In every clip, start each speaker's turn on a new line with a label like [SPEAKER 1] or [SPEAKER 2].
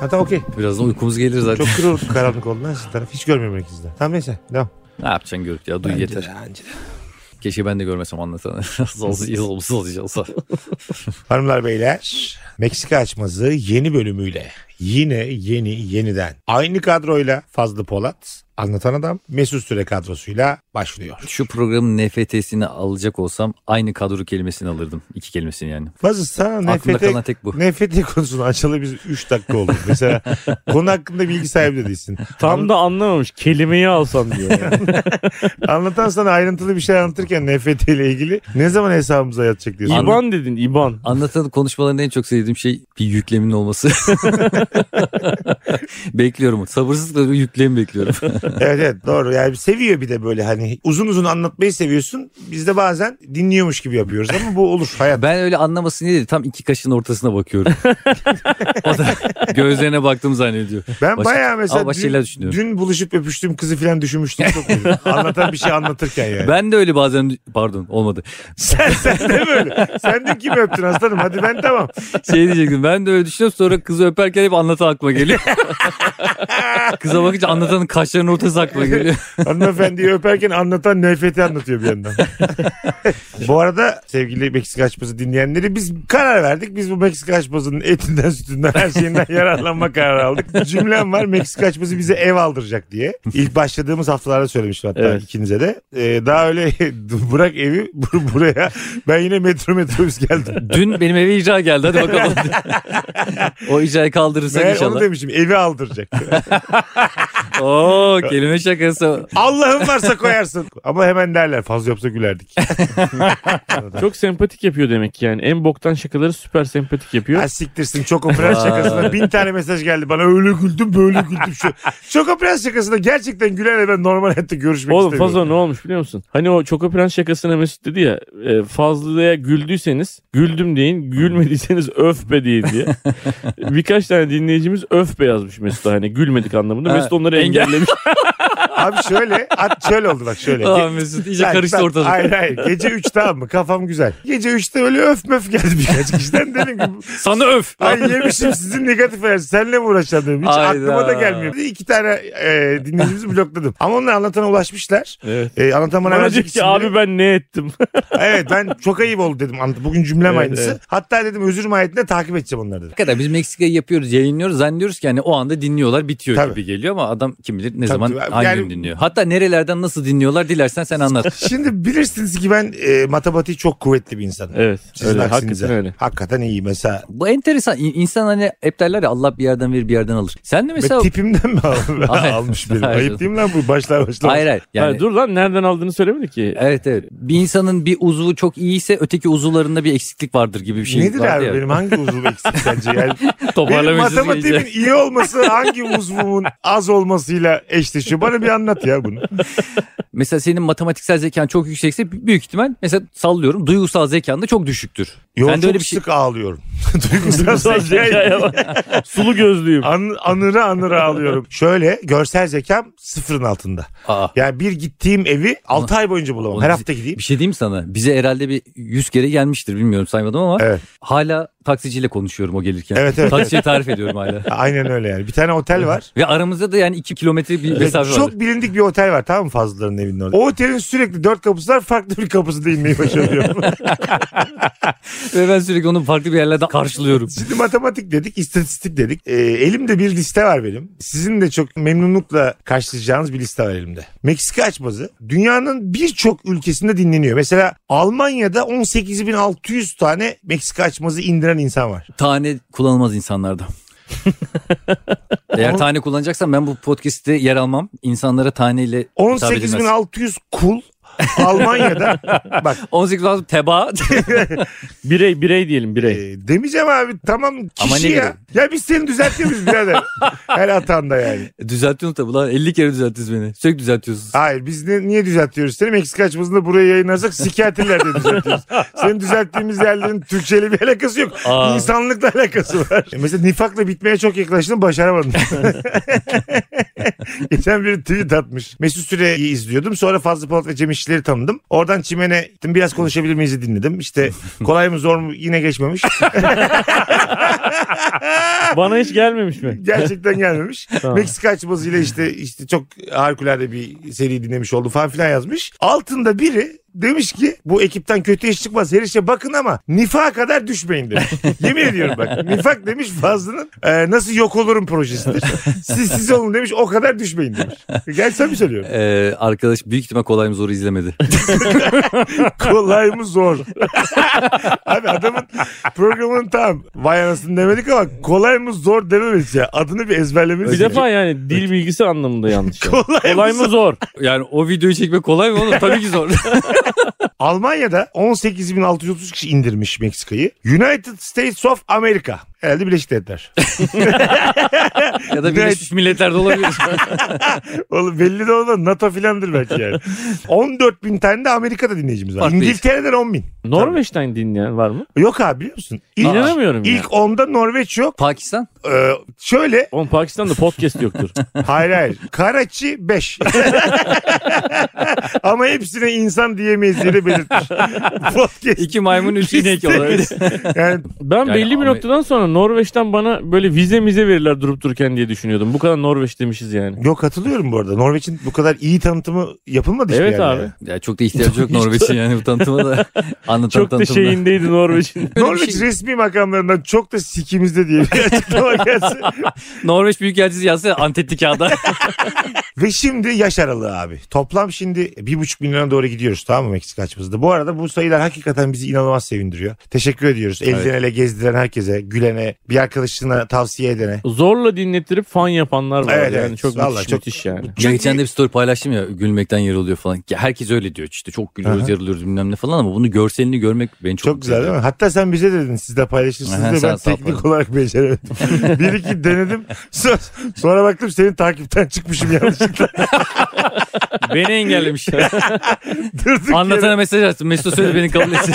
[SPEAKER 1] Ha tamam okey.
[SPEAKER 2] Birazdan uykumuz gelir zaten.
[SPEAKER 1] Çok kuru karanlık oldu lan sizin taraf. Hiç görmüyorum ikinizi de. Tamam neyse. Devam.
[SPEAKER 2] Ne yapacaksın Gürk ya duy yeter. Keşke ben de görmesem anlatanı. Olsa iyi olmuş olacak olsa.
[SPEAKER 1] Hanımlar beyler Meksika açması yeni bölümüyle yine yeni yeniden aynı kadroyla Fazlı Polat anlatan adam Mesut Süre kadrosuyla başlıyor.
[SPEAKER 2] Şu programın NFT'sini alacak olsam aynı kadro kelimesini alırdım. İki kelimesini yani.
[SPEAKER 1] Fazlı sana
[SPEAKER 2] Aklımda
[SPEAKER 1] nefrete,
[SPEAKER 2] kalan tek bu.
[SPEAKER 1] nefrete konusunu açalı biz 3 dakika oldu. Mesela konu hakkında bilgi sahibi de değilsin.
[SPEAKER 3] Tam da anlamamış. Kelimeyi alsam diyor. yani.
[SPEAKER 1] Anlatan sana ayrıntılı bir şey anlatırken nefreteyle ilgili ne zaman hesabımıza yatacak diyorsun.
[SPEAKER 3] İban dedin İban.
[SPEAKER 2] Anlatan konuşmalarında en çok sevdiğim şey bir yüklemin olması. bekliyorum. Sabırsızlıkla bir yüklemi bekliyorum.
[SPEAKER 1] evet evet doğru yani seviyor bir de böyle hani uzun uzun anlatmayı seviyorsun. Biz de bazen dinliyormuş gibi yapıyoruz ama bu olur hayat.
[SPEAKER 2] Ben öyle anlamasın diye de tam iki kaşın ortasına bakıyorum. o da gözlerine baktım zannediyor.
[SPEAKER 1] Ben
[SPEAKER 2] Başka-
[SPEAKER 1] bayağı mesela
[SPEAKER 2] Ama başka şeyler
[SPEAKER 1] dün,
[SPEAKER 2] düşünüyorum.
[SPEAKER 1] dün buluşup öpüştüğüm kızı falan düşünmüştüm. Çok üzüldüm. Anlatan bir şey anlatırken yani.
[SPEAKER 2] Ben de öyle bazen pardon olmadı.
[SPEAKER 1] Sen, sen de böyle. Sen de kimi öptün aslanım? Hadi ben tamam.
[SPEAKER 2] Şey diyecektim ben de öyle düşünüyorum sonra kızı öperken hep anlatan aklıma geliyor. Kıza bakınca anlatanın kaşlarının ortası aklıma geliyor.
[SPEAKER 1] Hanımefendiyi öperken anlatan nefreti anlatıyor bir yandan. bu arada sevgili Meksika açması dinleyenleri biz karar verdik. Biz bu Meksika açmasının etinden sütünden her şeyinden yararlanma kararı aldık. Cümlem var Meksika açması bize ev aldıracak diye. İlk başladığımız haftalarda söylemiştim hatta
[SPEAKER 3] Evet.
[SPEAKER 1] ikinize de. Ee, daha öyle bırak evi bur- buraya. Ben yine metro metrobüs geldim.
[SPEAKER 2] Dün benim eve icra geldi hadi bakalım. o icrayı kaldırırsak
[SPEAKER 1] Meğer onu
[SPEAKER 2] inşallah.
[SPEAKER 1] demişim evi aldıracak.
[SPEAKER 2] Oo kelime şakası.
[SPEAKER 1] Allah'ın varsa koyarsın. Ama hemen derler fazla yoksa gülerdik.
[SPEAKER 3] Çok sempatik yapıyor demek ki yani. En boktan şakaları süper sempatik yapıyor.
[SPEAKER 1] ha siktirsin Choco Prens
[SPEAKER 2] Vay.
[SPEAKER 1] şakasına bin tane mesaj geldi bana öyle güldüm böyle güldüm şu. Choco Prens şakasına gerçekten gülerle ben normal hayatta görüşmek
[SPEAKER 3] Oğlum
[SPEAKER 1] istemiyorum.
[SPEAKER 3] fazla ne olmuş biliyor musun? Hani o Çoko Prens şakasına Mesut dedi ya e, Fazlı'ya güldüyseniz güldüm deyin gülmediyseniz öf be deyin diye. Birkaç tane dinleyicimiz öf be yazmış Mesut'a hani gülmedik anlamında.
[SPEAKER 2] Ha,
[SPEAKER 3] Mesut onları
[SPEAKER 2] engel-
[SPEAKER 3] engellemiş.
[SPEAKER 1] Abi şöyle at şöyle oldu bak şöyle.
[SPEAKER 2] Aa,
[SPEAKER 1] Ge-
[SPEAKER 2] Mesut iyice
[SPEAKER 1] Bak,
[SPEAKER 2] karıştı
[SPEAKER 1] bak,
[SPEAKER 2] ortalık.
[SPEAKER 1] Hayır hayır. Gece 3 tamam mı? Kafam güzel. Gece 3'te öyle öf möf geldi birkaç kişiden. Dedim ki
[SPEAKER 2] Sana öf.
[SPEAKER 1] ay yemişim sizin negatif enerji. Seninle mi uğraşacağım dedim. Hiç
[SPEAKER 2] Hayda.
[SPEAKER 1] aklıma da gelmiyor. İki tane e, dinleyicimizi blokladım. Ama onlar anlatana ulaşmışlar.
[SPEAKER 3] evet.
[SPEAKER 1] E, anlatan bana
[SPEAKER 3] Bana
[SPEAKER 1] verecek
[SPEAKER 3] dedi ki
[SPEAKER 1] isimleri-
[SPEAKER 3] abi ben ne ettim?
[SPEAKER 1] evet ben çok ayıp oldu dedim. Anlat- Bugün cümlem
[SPEAKER 3] Evet,
[SPEAKER 1] aynısı.
[SPEAKER 3] evet.
[SPEAKER 1] Hatta dedim özür mahiyetinde takip edeceğim onları dedim.
[SPEAKER 2] kadar biz Meksika'yı yapıyoruz, yayınlıyoruz. Zannediyoruz ki hani o anda dinliyorlar, bitiyor
[SPEAKER 1] Tabii.
[SPEAKER 2] gibi geliyor ama adam kim bilir ne
[SPEAKER 1] Tabii,
[SPEAKER 2] zaman
[SPEAKER 1] tabii.
[SPEAKER 2] hangi
[SPEAKER 1] Yani-
[SPEAKER 2] gün dinliyor. Hatta nerelerden nasıl dinliyorlar dilersen sen anlat.
[SPEAKER 1] Şimdi bilirsiniz ki ben e, matematiği çok kuvvetli bir insanım.
[SPEAKER 3] Evet.
[SPEAKER 1] Sizin
[SPEAKER 3] öyle,
[SPEAKER 1] aksinize.
[SPEAKER 3] hakikaten öyle.
[SPEAKER 1] Hakikaten iyi mesela.
[SPEAKER 2] Bu enteresan. İ- İnsan hani hep derler ya Allah bir yerden verir bir yerden alır. Sen de mesela...
[SPEAKER 1] Ve tipimden mi al-
[SPEAKER 2] Hayır.
[SPEAKER 1] almış benim?
[SPEAKER 2] Hayır.
[SPEAKER 1] Ayıp değil mi lan bu başlar başlar.
[SPEAKER 2] Hayır hayır. Yani,
[SPEAKER 3] Hayır, dur lan nereden aldığını söylemedi ki.
[SPEAKER 2] Evet evet. Bir insanın bir uzuvu çok iyiyse öteki uzuvlarında bir eksiklik vardır gibi bir şey.
[SPEAKER 1] Nedir
[SPEAKER 2] vardı
[SPEAKER 1] abi
[SPEAKER 2] ya.
[SPEAKER 1] benim hangi uzvum eksik sence? Yani benim
[SPEAKER 2] Toparlamışız
[SPEAKER 1] matematiğimin
[SPEAKER 2] iyice.
[SPEAKER 1] iyi olması hangi uzvumun az olmasıyla eşleşiyor? Bana bir anlat ya bunu.
[SPEAKER 2] Mesela senin matematiksel zekan çok yüksekse büyük ihtimal mesela sallıyorum duygusal zekan da çok düşüktür.
[SPEAKER 1] Yo,
[SPEAKER 2] Sen de
[SPEAKER 1] çok
[SPEAKER 2] öyle bir şey
[SPEAKER 1] sık ağlıyorum. Duygusal
[SPEAKER 3] Duygusal
[SPEAKER 1] zekayı
[SPEAKER 3] zekaya bak. Sulu gözlüyüm.
[SPEAKER 1] An, anıra anıra ağlıyorum. Şöyle görsel zekam sıfırın altında.
[SPEAKER 2] Aa.
[SPEAKER 1] Yani bir gittiğim evi 6 ay boyunca bulamam.
[SPEAKER 2] Oğlum
[SPEAKER 1] Her
[SPEAKER 2] bizi-
[SPEAKER 1] hafta gideyim.
[SPEAKER 2] Bir şey diyeyim sana. Bize herhalde bir 100 kere gelmiştir bilmiyorum saymadım ama
[SPEAKER 1] Evet.
[SPEAKER 2] hala taksiciyle konuşuyorum o gelirken.
[SPEAKER 1] Evet, evet,
[SPEAKER 2] Taksiciye tarif ediyorum hala.
[SPEAKER 1] Aynen öyle yani. Bir tane otel var.
[SPEAKER 2] Ve aramızda da yani 2 kilometre bir
[SPEAKER 1] Ve
[SPEAKER 2] mesafe var.
[SPEAKER 1] çok bilindik bir otel var tamam mı Fazlıların evinin orada. O otelin sürekli dört kapısı var farklı bir kapısında inmeyi başarıyorum.
[SPEAKER 2] Ve ben sürekli onu farklı bir yerlerden karşılıyorum.
[SPEAKER 1] Şimdi matematik dedik, istatistik dedik. Ee, elimde bir liste var benim. Sizin de çok memnunlukla karşılayacağınız bir liste var elimde. Meksika açmazı dünyanın birçok ülkesinde dinleniyor. Mesela Almanya'da 18.600 tane Meksika açmazı indiren insan var.
[SPEAKER 2] Tane kullanılmaz insanlarda. Eğer
[SPEAKER 1] Ama-
[SPEAKER 2] tane kullanacaksan ben bu podcast'te yer almam. İnsanlara taneyle hitap edilmez.
[SPEAKER 1] 18.600 kul Almanya'da.
[SPEAKER 2] Şey.
[SPEAKER 1] Bak
[SPEAKER 2] 18 lazım teba.
[SPEAKER 3] Birey birey diyelim birey.
[SPEAKER 1] e, demeyeceğim abi tamam kişi
[SPEAKER 2] Ama ne
[SPEAKER 1] ya. Ya biz seni düzeltiyoruz birader. Her hatanda yani.
[SPEAKER 2] Düzeltiyorsun tabii lan 50 kere düzelttiniz beni. Sürekli düzeltiyorsunuz.
[SPEAKER 1] Hayır biz ne- niye düzeltiyoruz seni? Meksika açmasında buraya yayınlarsak sikertirler diye düzeltiyoruz. Senin düzelttiğimiz yerlerin Türkçeyle bir alakası yok.
[SPEAKER 2] Aa.
[SPEAKER 1] İnsanlıkla alakası var. Mesela nifakla bitmeye çok yaklaştın başaramadın. Geçen bir tweet atmış. Mesut Süre'yi izliyordum. Sonra Fazlı Polat ve Cem İşçileri tanıdım. Oradan Çimen'e gittim. Biraz konuşabilir miyiz'i dinledim. İşte kolay mı zor mu yine geçmemiş.
[SPEAKER 3] Bana hiç gelmemiş mi?
[SPEAKER 1] Gerçekten gelmemiş.
[SPEAKER 3] Tamam.
[SPEAKER 1] Meksika açmasıyla işte işte çok harikulade bir seri dinlemiş oldu falan filan yazmış. Altında biri demiş ki bu ekipten kötü iş çıkmaz her işe bakın ama nifağa kadar düşmeyin demiş. Yemin ediyorum bak nifak demiş Fazlı'nın e, nasıl yok olurum projesidir. Siz siz olun demiş o kadar düşmeyin demiş. Gerçekten mi söylüyorum?
[SPEAKER 2] Ee, arkadaş büyük ihtimal kolay mı zor izlemedi.
[SPEAKER 1] Kolay mı zor? Abi adamın programının tam vay anasını demedik ama kolay mı zor dememiz ya. Adını bir ezberlememiz.
[SPEAKER 3] Bir
[SPEAKER 1] lazım.
[SPEAKER 3] defa yani dil bilgisi anlamında yanlış. yani.
[SPEAKER 1] Kolay,
[SPEAKER 3] Kolay mı zor?
[SPEAKER 2] Yani o videoyu çekmek kolay mı oğlum? Tabii ki zor.
[SPEAKER 1] Almanya'da 18.630 kişi indirmiş Meksika'yı. United States of America. Herhalde Birleşik Devletler.
[SPEAKER 2] ya da Birleşmiş Milletler de olabilir.
[SPEAKER 1] Oğlum belli de olmaz. NATO filandır belki yani. 14 bin tane de Amerika'da dinleyicimiz var.
[SPEAKER 2] Farklı
[SPEAKER 1] İngiltere'den 10 bin.
[SPEAKER 3] Norveç'ten dinleyen var mı?
[SPEAKER 1] Yok abi biliyor musun? İlk,
[SPEAKER 3] İnanamıyorum ya.
[SPEAKER 1] ilk 10'da Norveç yok.
[SPEAKER 2] Pakistan?
[SPEAKER 1] Ee, şöyle
[SPEAKER 3] Oğlum Pakistan'da podcast yoktur.
[SPEAKER 1] hayır hayır. Karachi 5. Ama hepsine insan diyemeyiz diye de belirtmiş. Podcast.
[SPEAKER 2] İki maymun üç inek olabilir.
[SPEAKER 1] Yani
[SPEAKER 3] Ben
[SPEAKER 2] Yani
[SPEAKER 3] belli bir
[SPEAKER 2] Amer-
[SPEAKER 3] noktadan sonra Norveç'ten bana böyle vize mize verirler durup dururken diye düşünüyordum. Bu kadar Norveç demişiz yani.
[SPEAKER 1] yok katılıyorum bu arada. Norveç'in bu kadar iyi tanıtımı yapılmadı hiçbir
[SPEAKER 3] Evet
[SPEAKER 1] yerde
[SPEAKER 3] abi.
[SPEAKER 1] ya.
[SPEAKER 2] Ya çok da ihtiyacı yok Norveç'in yani bu tanıtıma da. Anlatan
[SPEAKER 3] Çok da
[SPEAKER 2] tanıtımda.
[SPEAKER 3] şeyindeydi Norveç'in.
[SPEAKER 2] Böyle bir
[SPEAKER 1] Norveç
[SPEAKER 2] şey-
[SPEAKER 1] resmi makamlarından çok da sikimizde diye bir açıklama gelse.
[SPEAKER 2] Norveç Büyükelçisi yazsa antetli kağıda.
[SPEAKER 1] Ve şimdi yaş aralığı abi. Toplam şimdi bir buçuk milyona doğru gidiyoruz tamam mı Meksika açımızda. Bu arada bu sayılar hakikaten bizi inanılmaz sevindiriyor. Teşekkür ediyoruz. Elden
[SPEAKER 2] Evet.
[SPEAKER 1] ele gezdiren herkese, gülene, bir arkadaşına tavsiye edene.
[SPEAKER 3] Zorla dinlettirip fan yapanlar var.
[SPEAKER 1] Evet,
[SPEAKER 3] yani
[SPEAKER 1] evet.
[SPEAKER 3] çok
[SPEAKER 1] Vallahi
[SPEAKER 3] müthiş,
[SPEAKER 1] çok-
[SPEAKER 3] müthiş yani.
[SPEAKER 2] Ya geçen de bir story paylaştım ya gülmekten yarılıyor falan. Ya Herkes öyle diyor işte çok gülüyoruz
[SPEAKER 1] Aha.
[SPEAKER 2] yarılıyoruz bilmem ne falan ama bunu görselini görmek beni çok,
[SPEAKER 1] Çok güzel değil
[SPEAKER 2] ediyor.
[SPEAKER 1] mi? Hatta sen bize de dedin siz de paylaşırsınız
[SPEAKER 2] Aha,
[SPEAKER 1] diye ben
[SPEAKER 2] sağ- sağ
[SPEAKER 1] teknik
[SPEAKER 2] paylaşın.
[SPEAKER 1] olarak beceremedim. bir iki denedim. Sonra, sonra baktım senin takipten çıkmışım yanlışlıkla.
[SPEAKER 2] Beni engellemiş.
[SPEAKER 1] Durduk yere-
[SPEAKER 2] Anlatana mesaj attım. Mesut söyle beni kabul etsin.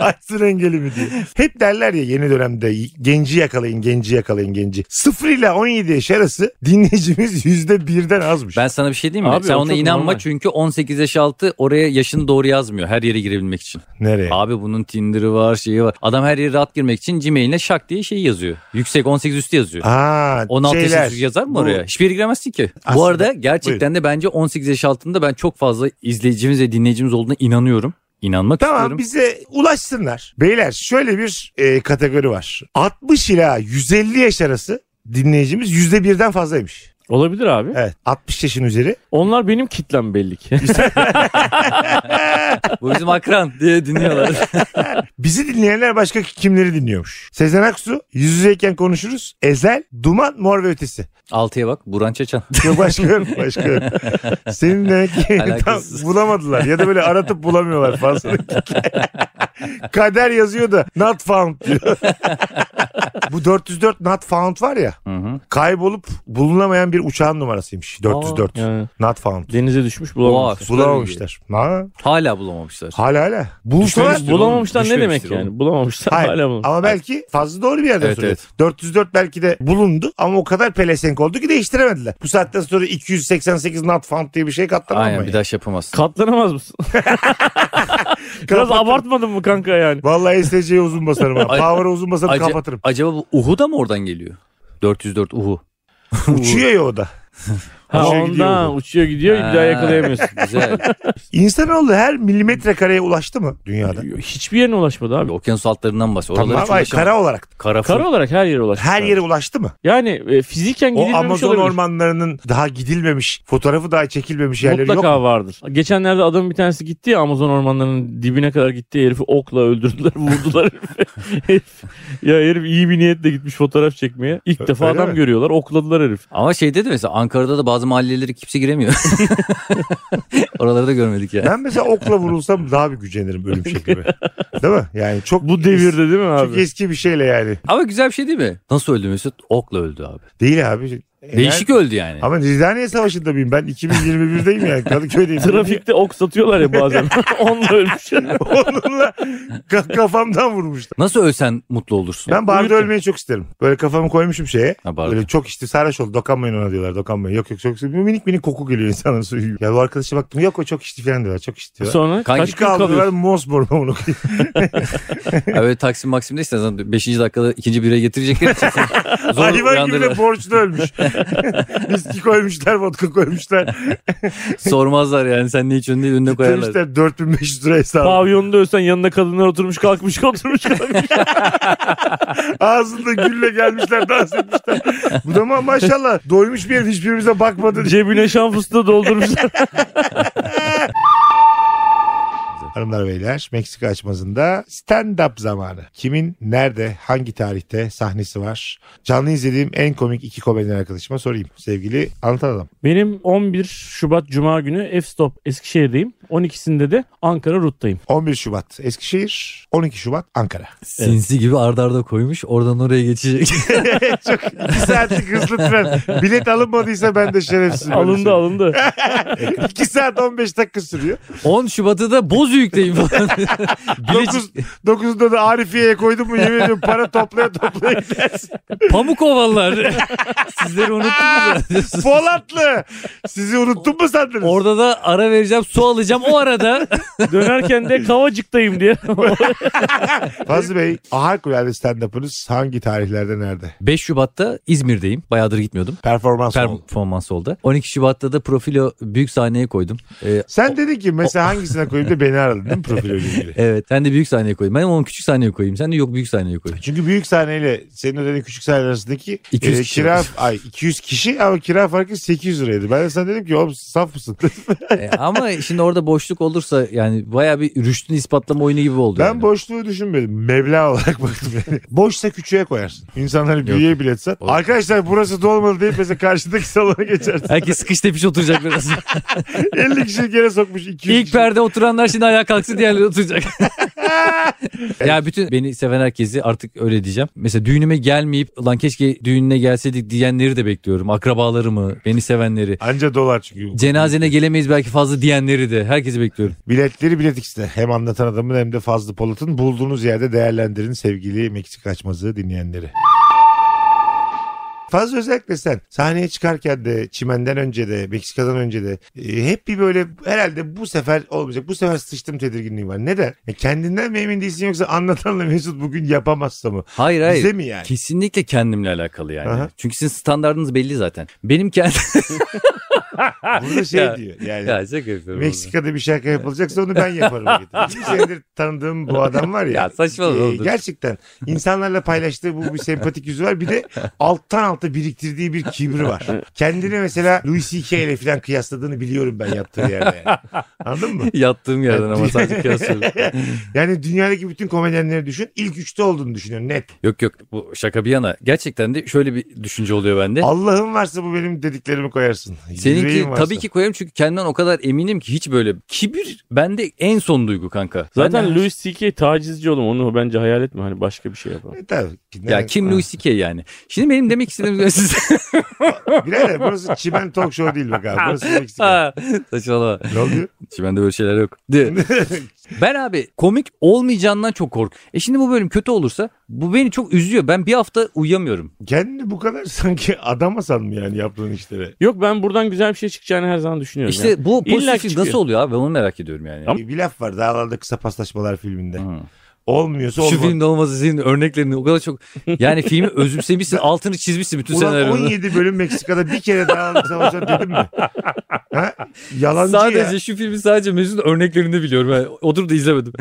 [SPEAKER 1] Açsın engelimi diye. Hep derler ya yeni dönemde genci yakalayın, genci yakalayın, genci. 0 ile 17 yaş arası dinleyicimiz %1'den azmış.
[SPEAKER 2] Ben sana bir şey diyeyim mi?
[SPEAKER 3] Abi,
[SPEAKER 2] Sen
[SPEAKER 3] o
[SPEAKER 2] ona
[SPEAKER 3] çok
[SPEAKER 2] inanma
[SPEAKER 3] normal.
[SPEAKER 2] çünkü 18 yaş altı oraya yaşını doğru yazmıyor. Her yere girebilmek için.
[SPEAKER 1] Nereye?
[SPEAKER 2] Abi bunun Tinder'ı var şeyi var. Adam her yere rahat girmek için Gmail'ine şak diye şey yazıyor. Yüksek 18 üstü yazıyor.
[SPEAKER 1] Aa,
[SPEAKER 2] 16 yaş
[SPEAKER 1] şeyler.
[SPEAKER 2] üstü yazar mı
[SPEAKER 1] Bu-
[SPEAKER 2] oraya? Hiçbir yere giremezsin ki.
[SPEAKER 1] Aslında-
[SPEAKER 2] Bu arada gerçekten de bence 18 yaş altında ben çok fazla izleyicimiz ve dinleyicimiz olduğuna inanıyorum. İnanmak
[SPEAKER 1] Tamam
[SPEAKER 2] istiyorum.
[SPEAKER 1] bize ulaşsınlar. Beyler şöyle bir e, kategori var. 60 ila 150 yaş arası dinleyicimiz %1'den fazlaymış.
[SPEAKER 3] Olabilir abi.
[SPEAKER 1] Evet 60 yaşın üzeri.
[SPEAKER 3] Onlar benim kitlem belli ki.
[SPEAKER 2] Bu bizim akran diye dinliyorlar.
[SPEAKER 1] Bizi dinleyenler başka kimleri dinliyormuş? Sezen Aksu, yüz yüzeyken konuşuruz. Ezel, Duman, Mor ve Ötesi.
[SPEAKER 2] Altıya bak Burhan Çeçen.
[SPEAKER 1] Yok başka yok başka yok. Senin demek ki tam
[SPEAKER 2] Alakasız.
[SPEAKER 1] bulamadılar ya da böyle aratıp bulamıyorlar fazla. Kader yazıyor da not found diyor. Bu 404 not found var ya
[SPEAKER 2] Hı hı.
[SPEAKER 1] kaybolup bulunamayan bir uçağın numarasıymış 404
[SPEAKER 3] Aa, yani
[SPEAKER 1] not found.
[SPEAKER 3] denize düşmüş bulamamışlar.
[SPEAKER 2] Süper
[SPEAKER 1] Bulamamışlar. Ha,
[SPEAKER 2] Hala bulamamışlar.
[SPEAKER 1] hala hala. Bulsalar
[SPEAKER 2] Düşmemiş.
[SPEAKER 3] Bulamamışlar ne
[SPEAKER 2] Düşmemiştir
[SPEAKER 3] demek
[SPEAKER 2] oğlum.
[SPEAKER 3] yani? Bulamamışlar
[SPEAKER 1] Hayır.
[SPEAKER 3] hala bulamamışlar.
[SPEAKER 1] Ama belki fazla doğru bir yerden
[SPEAKER 2] Evet,
[SPEAKER 1] soruyor.
[SPEAKER 2] evet.
[SPEAKER 1] 404 belki de bulundu ama o kadar pelesenk oldu ki değiştiremediler. Bu saatten sonra 288 not found diye bir şey katlanamıyor.
[SPEAKER 2] Aynen bir daha şey yapamazsın.
[SPEAKER 3] Katlanamaz mısın? Biraz abartmadın mı kanka yani?
[SPEAKER 1] Vallahi SC'ye uzun basarım. ha.
[SPEAKER 2] Ay-
[SPEAKER 1] Power'a uzun basarım
[SPEAKER 2] Acı-
[SPEAKER 1] kapatırım.
[SPEAKER 2] Acaba bu Uhu da mı oradan geliyor? 404 Uhu.
[SPEAKER 1] Uçuyor ya o da.
[SPEAKER 3] Ha
[SPEAKER 1] Uçuyor gidiyor
[SPEAKER 3] ondan
[SPEAKER 1] bu.
[SPEAKER 3] uçuyor gidiyor bir
[SPEAKER 2] Ha.
[SPEAKER 3] daha yakalayamıyorsun.
[SPEAKER 2] Güzel.
[SPEAKER 1] İnsanoğlu her milimetre kareye ulaştı mı dünyada?
[SPEAKER 3] Hiçbir yerine ulaşmadı abi.
[SPEAKER 2] Okyanus altlarından bahsediyor. Oraları
[SPEAKER 1] Tamam
[SPEAKER 2] hiç
[SPEAKER 1] ay,
[SPEAKER 2] ulaşamam.
[SPEAKER 1] kara olarak.
[SPEAKER 2] Kara, full.
[SPEAKER 3] Kara olarak her yere ulaştı.
[SPEAKER 1] Her yere ulaştı mı?
[SPEAKER 3] Yani e, fiziken
[SPEAKER 1] O
[SPEAKER 3] gidilmemiş
[SPEAKER 1] Amazon
[SPEAKER 3] olabilir.
[SPEAKER 1] ormanlarının daha gidilmemiş, fotoğrafı daha çekilmemiş yerleri
[SPEAKER 3] Mutlaka
[SPEAKER 1] yok. mu?
[SPEAKER 3] vardır. Geçenlerde adamın bir tanesi gitti ya Amazon ormanlarının dibine kadar gitti herifi okla öldürdüler vurdular herifi. herif. Ya herif iyi bir niyetle gitmiş fotoğraf çekmeye. İlk
[SPEAKER 1] Ö-
[SPEAKER 3] defa
[SPEAKER 1] öyle
[SPEAKER 3] adam
[SPEAKER 1] mi?
[SPEAKER 3] görüyorlar okladılar herif.
[SPEAKER 2] Ama şey dedi mesela Ankara'da da bazı mahallelere kimse giremiyor. Oraları da görmedik ya.
[SPEAKER 1] Ben mesela okla vurulsam daha bir gücenirim ölüm şeklime. Değil mi? Yani çok
[SPEAKER 3] Bu devirde değil mi
[SPEAKER 1] Çok
[SPEAKER 3] abi?
[SPEAKER 1] eski bir şeyle yani.
[SPEAKER 2] Ama güzel bir şey değil mi? Nasıl öldü Mesut? Okla öldü abi.
[SPEAKER 1] Değil abi.
[SPEAKER 2] Değişik öldü yani.
[SPEAKER 1] E Ama Rizaniye Savaşı'nda mıyım? Ben 2021'deyim yani. Kadıköy'deyim.
[SPEAKER 3] Trafikte ok satıyorlar ya bazen. Onunla ölmüş.
[SPEAKER 1] Onunla ka- kafamdan vurmuşlar.
[SPEAKER 2] Nasıl ölsen mutlu olursun.
[SPEAKER 1] Ben barda
[SPEAKER 3] Buyurun.
[SPEAKER 1] ölmeyi çok isterim. Böyle kafamı koymuşum şeye.
[SPEAKER 2] Ha, bardak.
[SPEAKER 1] Böyle çok işte sarhoş oldu. Dokanmayın ona diyorlar. Dokanmayın. Yok yok çok. Minik minik koku geliyor insanın suyu. Ya bu arkadaşa baktım. Yok o çok içti falan diyorlar. Çok içti diyorlar.
[SPEAKER 3] Sonra
[SPEAKER 2] Kanki
[SPEAKER 3] kaç gün
[SPEAKER 1] Kaldırıyorlar
[SPEAKER 3] kalıyorsun?
[SPEAKER 1] mosmor onu.
[SPEAKER 2] Ya böyle Taksim Maksim'de işte zaten 5. dakikada ikinci bire getirecekler için seni zor
[SPEAKER 1] Hayvan gibi de
[SPEAKER 2] uyandırırlar.
[SPEAKER 1] borçlu ölmüş. Viski koymuşlar, vodka koymuşlar.
[SPEAKER 2] Sormazlar yani sen ne için değil önüne koyarlar.
[SPEAKER 1] Demişler 4500 lira hesabı.
[SPEAKER 3] Pavyonda ölsen yanında kadınlar oturmuş kalkmış oturmuş kalkmış.
[SPEAKER 1] Ağzında gülle gelmişler dans etmişler. Bu da ma- maşallah doymuş bir herif hiçbirimize bakmadı. diye.
[SPEAKER 3] Cebine şan fıstığı doldurmuşlar.
[SPEAKER 1] Hanımlar beyler Meksika açmazında stand-up zamanı. Kimin nerede hangi tarihte sahnesi var? Canlı izlediğim en komik iki komedyen arkadaşıma sorayım. Sevgili anlatan adam.
[SPEAKER 3] Benim 11 Şubat Cuma günü F-Stop Eskişehir'deyim. 12'sinde de Ankara Rut'tayım.
[SPEAKER 1] 11 Şubat Eskişehir, 12 Şubat Ankara.
[SPEAKER 2] Sinsi gibi ardarda arda koymuş oradan oraya geçecek.
[SPEAKER 1] Çok 2 saatlik hızlı tren. Bilet alınmadıysa ben de şerefsizim. Öyle
[SPEAKER 3] Alındı
[SPEAKER 1] söyleyeyim.
[SPEAKER 3] alındı.
[SPEAKER 1] 2 saat 15 dakika sürüyor.
[SPEAKER 2] 10 Şubat'ta da Bozüyük'teyim falan. Bilecik,
[SPEAKER 1] 9, 9'da da Arifiye'ye koydum mu yemin ediyorum para toplaya toplaya gidersin.
[SPEAKER 2] Pamukovanlar. Sizleri unuttunuz. ya.
[SPEAKER 1] Polatlı sizi unuttum mu sandınız?
[SPEAKER 2] Orada da ara vereceğim su alacağım o arada.
[SPEAKER 3] Dönerken de Kavacık'tayım diye.
[SPEAKER 1] Fazlı Bey harikulade stand-up'ınız hangi tarihlerde nerede?
[SPEAKER 2] 5 Şubat'ta İzmir'deyim. Bayağıdır gitmiyordum.
[SPEAKER 1] Performans oldu.
[SPEAKER 2] Performans oldu. 12 Şubat'ta da profilo büyük sahneye koydum. Ee,
[SPEAKER 1] Sen dedin ki mesela hangisine koyayım da beni aradın değil mi profil ilgili?
[SPEAKER 2] evet sen de büyük sahneye koydum. Ben onu küçük sahneye koyayım. Sen de yok büyük sahneye koy.
[SPEAKER 1] Çünkü büyük sahneyle senin ödediğin küçük sahne arasındaki
[SPEAKER 2] 200
[SPEAKER 1] e,
[SPEAKER 2] kişi.
[SPEAKER 1] kira, ay, 200 kişi ama kira farkı 800 liraydı. Ben de sana dedim ki oğlum saf mısın?
[SPEAKER 2] E, ama şimdi orada boşluk olursa yani baya bir rüştünü ispatlama oyunu gibi oldu.
[SPEAKER 1] ben
[SPEAKER 2] yani.
[SPEAKER 1] boşluğu düşünmedim. Meblağ olarak baktım. Yani. Boşsa küçüğe koyarsın. İnsanları büyüğe bilet sat.
[SPEAKER 2] Olur.
[SPEAKER 1] Arkadaşlar burası dolmadı deyip mesela karşıdaki salona geçersin.
[SPEAKER 2] Herkes sıkış tepiş oturacak biraz.
[SPEAKER 1] 50 kişi gene sokmuş 200
[SPEAKER 2] İlk
[SPEAKER 1] kişi.
[SPEAKER 2] perde oturanlar şimdi ayağa kalksın diğerleri oturacak. ya bütün beni seven herkesi artık öyle diyeceğim. Mesela düğünüme gelmeyip lan keşke düğününe gelseydik diyenleri de bekliyorum. Akrabalarımı, beni sevenleri.
[SPEAKER 1] Anca dolar çünkü.
[SPEAKER 2] Cenazene gelemeyiz belki fazla diyenleri de. Herkesi bekliyorum.
[SPEAKER 1] Biletleri Bilet X'te. Hem anlatan adamın hem de Fazlı Polat'ın bulduğunuz yerde değerlendirin sevgili Meksika açmazı dinleyenleri. Fazla özellikle sen sahneye çıkarken de çimenden önce de Meksika'dan önce de e, hep bir böyle herhalde bu sefer olmayacak bu sefer sıçtım tedirginliği var. Neden? E, kendinden mi emin değilsin yoksa anlatanla Mesut bugün yapamazsa mı?
[SPEAKER 2] Hayır hayır.
[SPEAKER 1] Bize mi yani?
[SPEAKER 2] Kesinlikle kendimle alakalı yani.
[SPEAKER 1] Aha.
[SPEAKER 2] Çünkü sizin standartınız belli zaten. Benim kendim...
[SPEAKER 1] Burada şey
[SPEAKER 2] Ya-
[SPEAKER 1] diyor yani.
[SPEAKER 2] ya şaka yapıyorum.
[SPEAKER 1] Meksika'da bir şaka yapılacaksa onu ben yaparım. Bir senedir tanıdığım bu adam var ya. Ee,
[SPEAKER 2] Ya saçmalama oğlum.
[SPEAKER 1] gerçekten insanlarla paylaştığı bu bir sempatik yüzü var. Bir de alttan alta biriktirdiği bir kibri var. Kendini mesela Louis C.K. ile falan kıyasladığını biliyorum ben yaptığı yerde. yani. Anladın mı?
[SPEAKER 2] Yattığım yerden ama sadece kıyaslıyorum.
[SPEAKER 1] Yani dünyadaki bütün komedyenleri düşün. İlk üçte olduğunu düşünüyorum net.
[SPEAKER 2] Yok yok bu şaka bir yana. Gerçekten de şöyle bir düşünce oluyor bende.
[SPEAKER 1] Allah'ın varsa bu benim dediklerimi koyarsın.
[SPEAKER 2] Seninki
[SPEAKER 1] Yüreğin varsa.
[SPEAKER 2] tabii ki koyarım çünkü kendimden o kadar eminim ki hiç böyle kibir bende en son duygu kanka.
[SPEAKER 3] Zaten
[SPEAKER 2] Ben-
[SPEAKER 3] Louis C.K. tacizci oğlum onu bence hayal etme hani başka bir şey yapalım.
[SPEAKER 1] E, tabii ki.
[SPEAKER 2] ya kim Louis C.K. yani. Şimdi benim demek istediğim siz.
[SPEAKER 1] Birader burası çimen talk show değil bak abi. Burası Meksika.
[SPEAKER 2] Ha, Saçmalama.
[SPEAKER 1] ne oluyor?
[SPEAKER 2] Şimdi bende böyle şeyler yok. De. ben abi komik olmayacağından çok kork. E şimdi bu bölüm kötü olursa bu beni çok üzüyor. Ben bir hafta uyuyamıyorum.
[SPEAKER 1] Kendini bu kadar sanki adamasan mı yani yaptığın işlere?
[SPEAKER 3] Yok ben buradan güzel bir şey çıkacağını her zaman düşünüyorum. ya.
[SPEAKER 2] İşte bu
[SPEAKER 3] İlla
[SPEAKER 2] pozitif
[SPEAKER 3] çıkıyor.
[SPEAKER 2] nasıl oluyor abi ben onu merak ediyorum yani.
[SPEAKER 3] Ama-
[SPEAKER 1] Bir laf var dağlarda kısa paslaşmalar filminde.
[SPEAKER 2] Hı.
[SPEAKER 1] Olmuyorsa
[SPEAKER 2] Şu
[SPEAKER 1] olmaz.
[SPEAKER 2] filmde olmazsa senin örneklerini o kadar çok yani filmi özümsemişsin altını çizmişsin bütün
[SPEAKER 1] Ulan
[SPEAKER 2] senaryonu.
[SPEAKER 1] 17 bölüm Meksika'da bir kere dağlarda savaşan dedim mi? Ha? Yalancı
[SPEAKER 2] sadece
[SPEAKER 1] ya.
[SPEAKER 2] şu filmi sadece Mesut'un örneklerini biliyorum. Yani oturup da izlemedim.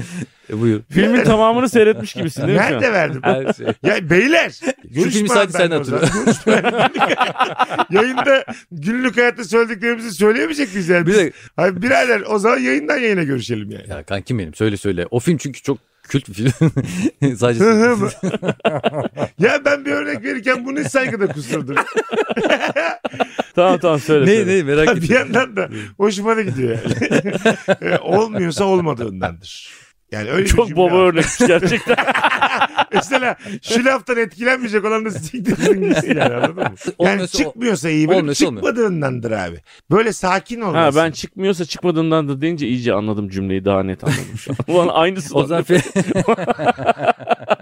[SPEAKER 2] E, buyur.
[SPEAKER 3] Filmin tamamını seyretmiş gibisin değil mi? şu an?
[SPEAKER 1] Nerede verdim?
[SPEAKER 2] Her şey.
[SPEAKER 1] Ya beyler. görüşme
[SPEAKER 2] filmi
[SPEAKER 1] abi
[SPEAKER 2] sadece sen
[SPEAKER 1] benimle o zaman. Görüşme. Yayında günlük hayatta söylediklerimizi söyleyemeyecek miyiz yani?
[SPEAKER 2] Bir
[SPEAKER 1] Biz,
[SPEAKER 2] de
[SPEAKER 1] Hayır, birader o zaman yayından yayına görüşelim yani.
[SPEAKER 2] ya kankim benim söyle söyle. O film çünkü çok kült bir film. sadece
[SPEAKER 1] Hı hı mı? ya ben bir örnek verirken bu ne saygıda kusurdur.
[SPEAKER 3] Tamam tamam söyle.
[SPEAKER 2] ne
[SPEAKER 3] söyle.
[SPEAKER 2] ne merak
[SPEAKER 1] bir
[SPEAKER 2] ettim.
[SPEAKER 1] yandan da hoşuma da gidiyor yani. E, Olmuyorsa olmadığındandır. Yani öyle bir
[SPEAKER 3] Çok
[SPEAKER 1] cümle
[SPEAKER 3] baba
[SPEAKER 1] var.
[SPEAKER 3] örnekmiş gerçekten.
[SPEAKER 1] Mesela şu laftan etkilenmeyecek olan da siktirsin gitsin yani anladın mı? Yani
[SPEAKER 2] Olmuyorsa o-
[SPEAKER 1] çıkmıyorsa iyi böyle
[SPEAKER 2] olmuyorsa olmuyor.
[SPEAKER 1] çıkmadığındandır abi. Böyle sakin
[SPEAKER 3] Ha
[SPEAKER 1] olmasın.
[SPEAKER 3] ben çıkmıyorsa çıkmadığından da deyince iyice anladım cümleyi daha net anladım şu an. Ulan aynısı
[SPEAKER 2] O zaman fe-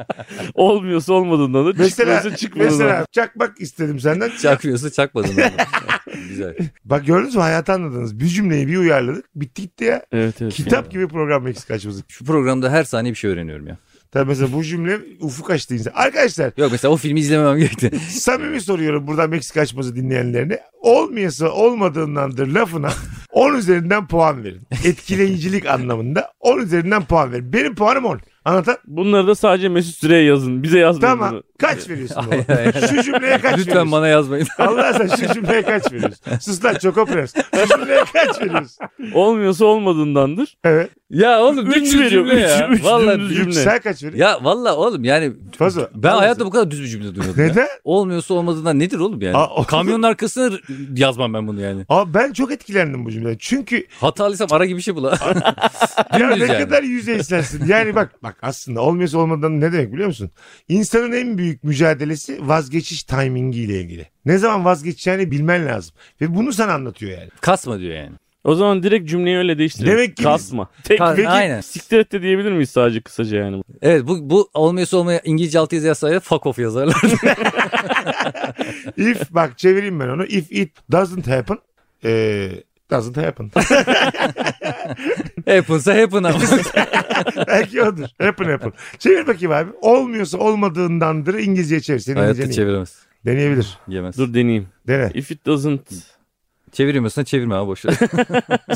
[SPEAKER 3] olmuyorsa olmadığından da
[SPEAKER 1] Mesela,
[SPEAKER 3] çıkmıyorsa çıkmadığından. da.
[SPEAKER 1] mesela çakmak istedim senden.
[SPEAKER 2] çakmıyorsa çakmadın. oğlum. Güzel.
[SPEAKER 1] Bak gördünüz mü hayatı anladınız. Bir cümleyi bir uyarladık. Bitti gitti ya.
[SPEAKER 3] Evet evet.
[SPEAKER 1] Kitap gibi program Meksika açması.
[SPEAKER 2] Şu programda her saniye bir şey öğreniyorum ya.
[SPEAKER 1] Tabii mesela bu cümle ufuk açtı insan. Arkadaşlar
[SPEAKER 2] Yok mesela o filmi izlememem gerekti.
[SPEAKER 1] samimi soruyorum buradan Meksika açması dinleyenlerine. Olmuyorsa olmadığındandır lafına 10 üzerinden puan verin. Etkileyicilik anlamında 10 üzerinden puan verin. Benim puanım 10. Anlatan?
[SPEAKER 3] Bunları da sadece Mesut Süre'ye yazın. Bize yazmayın
[SPEAKER 1] Tamam.
[SPEAKER 3] bunu.
[SPEAKER 1] Kaç veriyorsun? oğlum?
[SPEAKER 2] Hayır, hayır.
[SPEAKER 1] Şu cümleye kaç
[SPEAKER 2] Lütfen
[SPEAKER 1] veriyorsun?
[SPEAKER 2] bana yazmayın.
[SPEAKER 1] Allah sen şu cümleye kaç veriyorsun? Sus lan Çokopres. Şu cümleye kaç veriyorsun?
[SPEAKER 3] Olmuyorsa olmadığındandır.
[SPEAKER 1] Evet.
[SPEAKER 2] ya oğlum
[SPEAKER 3] Üç
[SPEAKER 2] dümdüz
[SPEAKER 3] veriyorum,
[SPEAKER 2] cümle ya.
[SPEAKER 3] üç, üç
[SPEAKER 2] Vallahi
[SPEAKER 3] dümdüz.
[SPEAKER 2] dü-
[SPEAKER 3] Cümle.
[SPEAKER 1] Sen kaç veriyorsun?
[SPEAKER 2] Ya valla oğlum yani
[SPEAKER 1] Fazla.
[SPEAKER 2] ben hayatta bu kadar düz bir cümle duymadım. ya.
[SPEAKER 1] Neden?
[SPEAKER 2] Olmuyorsa olmadığından nedir oğlum yani?
[SPEAKER 1] Aa, o-
[SPEAKER 2] Kamyonun arkasına r- yazmam ben bunu yani.
[SPEAKER 1] Abi ben çok etkilendim bu cümleden. Çünkü
[SPEAKER 2] Hatalıysam ara gibi bir şey bula.
[SPEAKER 1] ya ne
[SPEAKER 2] Dümdüz yani.
[SPEAKER 1] kadar yüzeyselsin. Yani bak bak aslında olmuyorsa olmadan ne demek biliyor musun? İnsanın en büyük mücadelesi vazgeçiş timingi ile ilgili. Ne zaman vazgeçeceğini bilmen lazım. Ve bunu sana anlatıyor yani.
[SPEAKER 2] Kasma diyor yani.
[SPEAKER 3] O zaman direkt cümleyi öyle değiştirelim.
[SPEAKER 1] Demek ki-
[SPEAKER 3] Kasma. Tek
[SPEAKER 2] Ka-
[SPEAKER 1] peki-
[SPEAKER 2] Aynen.
[SPEAKER 3] siktir et de diyebilir miyiz sadece kısaca yani?
[SPEAKER 2] Evet bu, bu olmuyorsa olmaya İngilizce altı yazı yazsaydı fuck off yazarlar.
[SPEAKER 1] If bak çevireyim ben onu. If it doesn't happen. eee, doesn't happen.
[SPEAKER 2] Happen'sa happen ama.
[SPEAKER 1] Belki odur. Happen happen. Çevir bakayım abi. Olmuyorsa olmadığındandır İngilizceye çevir. Senin
[SPEAKER 2] Hayatta
[SPEAKER 1] İngilizcen iyi.
[SPEAKER 2] çeviremez.
[SPEAKER 1] Deneyebilir.
[SPEAKER 2] Yemez. Dur.
[SPEAKER 3] Dur deneyeyim.
[SPEAKER 1] Dene.
[SPEAKER 3] If it doesn't...
[SPEAKER 2] Çeviremiyorsan çevirme abi boş ver.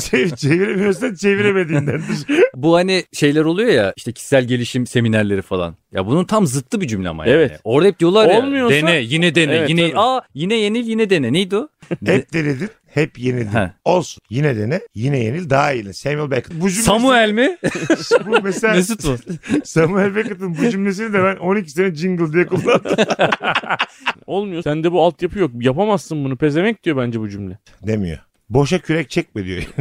[SPEAKER 1] Çevir, çeviremiyorsan çeviremediğindendir.
[SPEAKER 2] Bu hani şeyler oluyor ya işte kişisel gelişim seminerleri falan. Ya bunun tam zıttı bir cümle ama yani.
[SPEAKER 3] Evet.
[SPEAKER 2] Orada hep diyorlar
[SPEAKER 3] Olmuyorsa-
[SPEAKER 2] ya dene yine dene
[SPEAKER 3] Evet,
[SPEAKER 2] yine
[SPEAKER 3] tabii.
[SPEAKER 2] aa yine yenil yine dene. Neydi o?
[SPEAKER 1] hep denedin. Hep yenildin.
[SPEAKER 2] Ha.
[SPEAKER 1] Olsun. Yine dene. Yine yenil. Daha iyi. Samuel Beckett. Bu cümlesi-
[SPEAKER 2] Samuel mi?
[SPEAKER 1] bu mesela
[SPEAKER 2] Mesut mu?
[SPEAKER 1] Samuel Beckett'in bu cümlesini de ben 12 sene jingle diye kullandım.
[SPEAKER 3] Olmuyor. Sende bu altyapı yok. Yapamazsın bunu. Pezevenk diyor bence bu cümle.
[SPEAKER 1] Demiyor. Boşa kürek çekme diyor.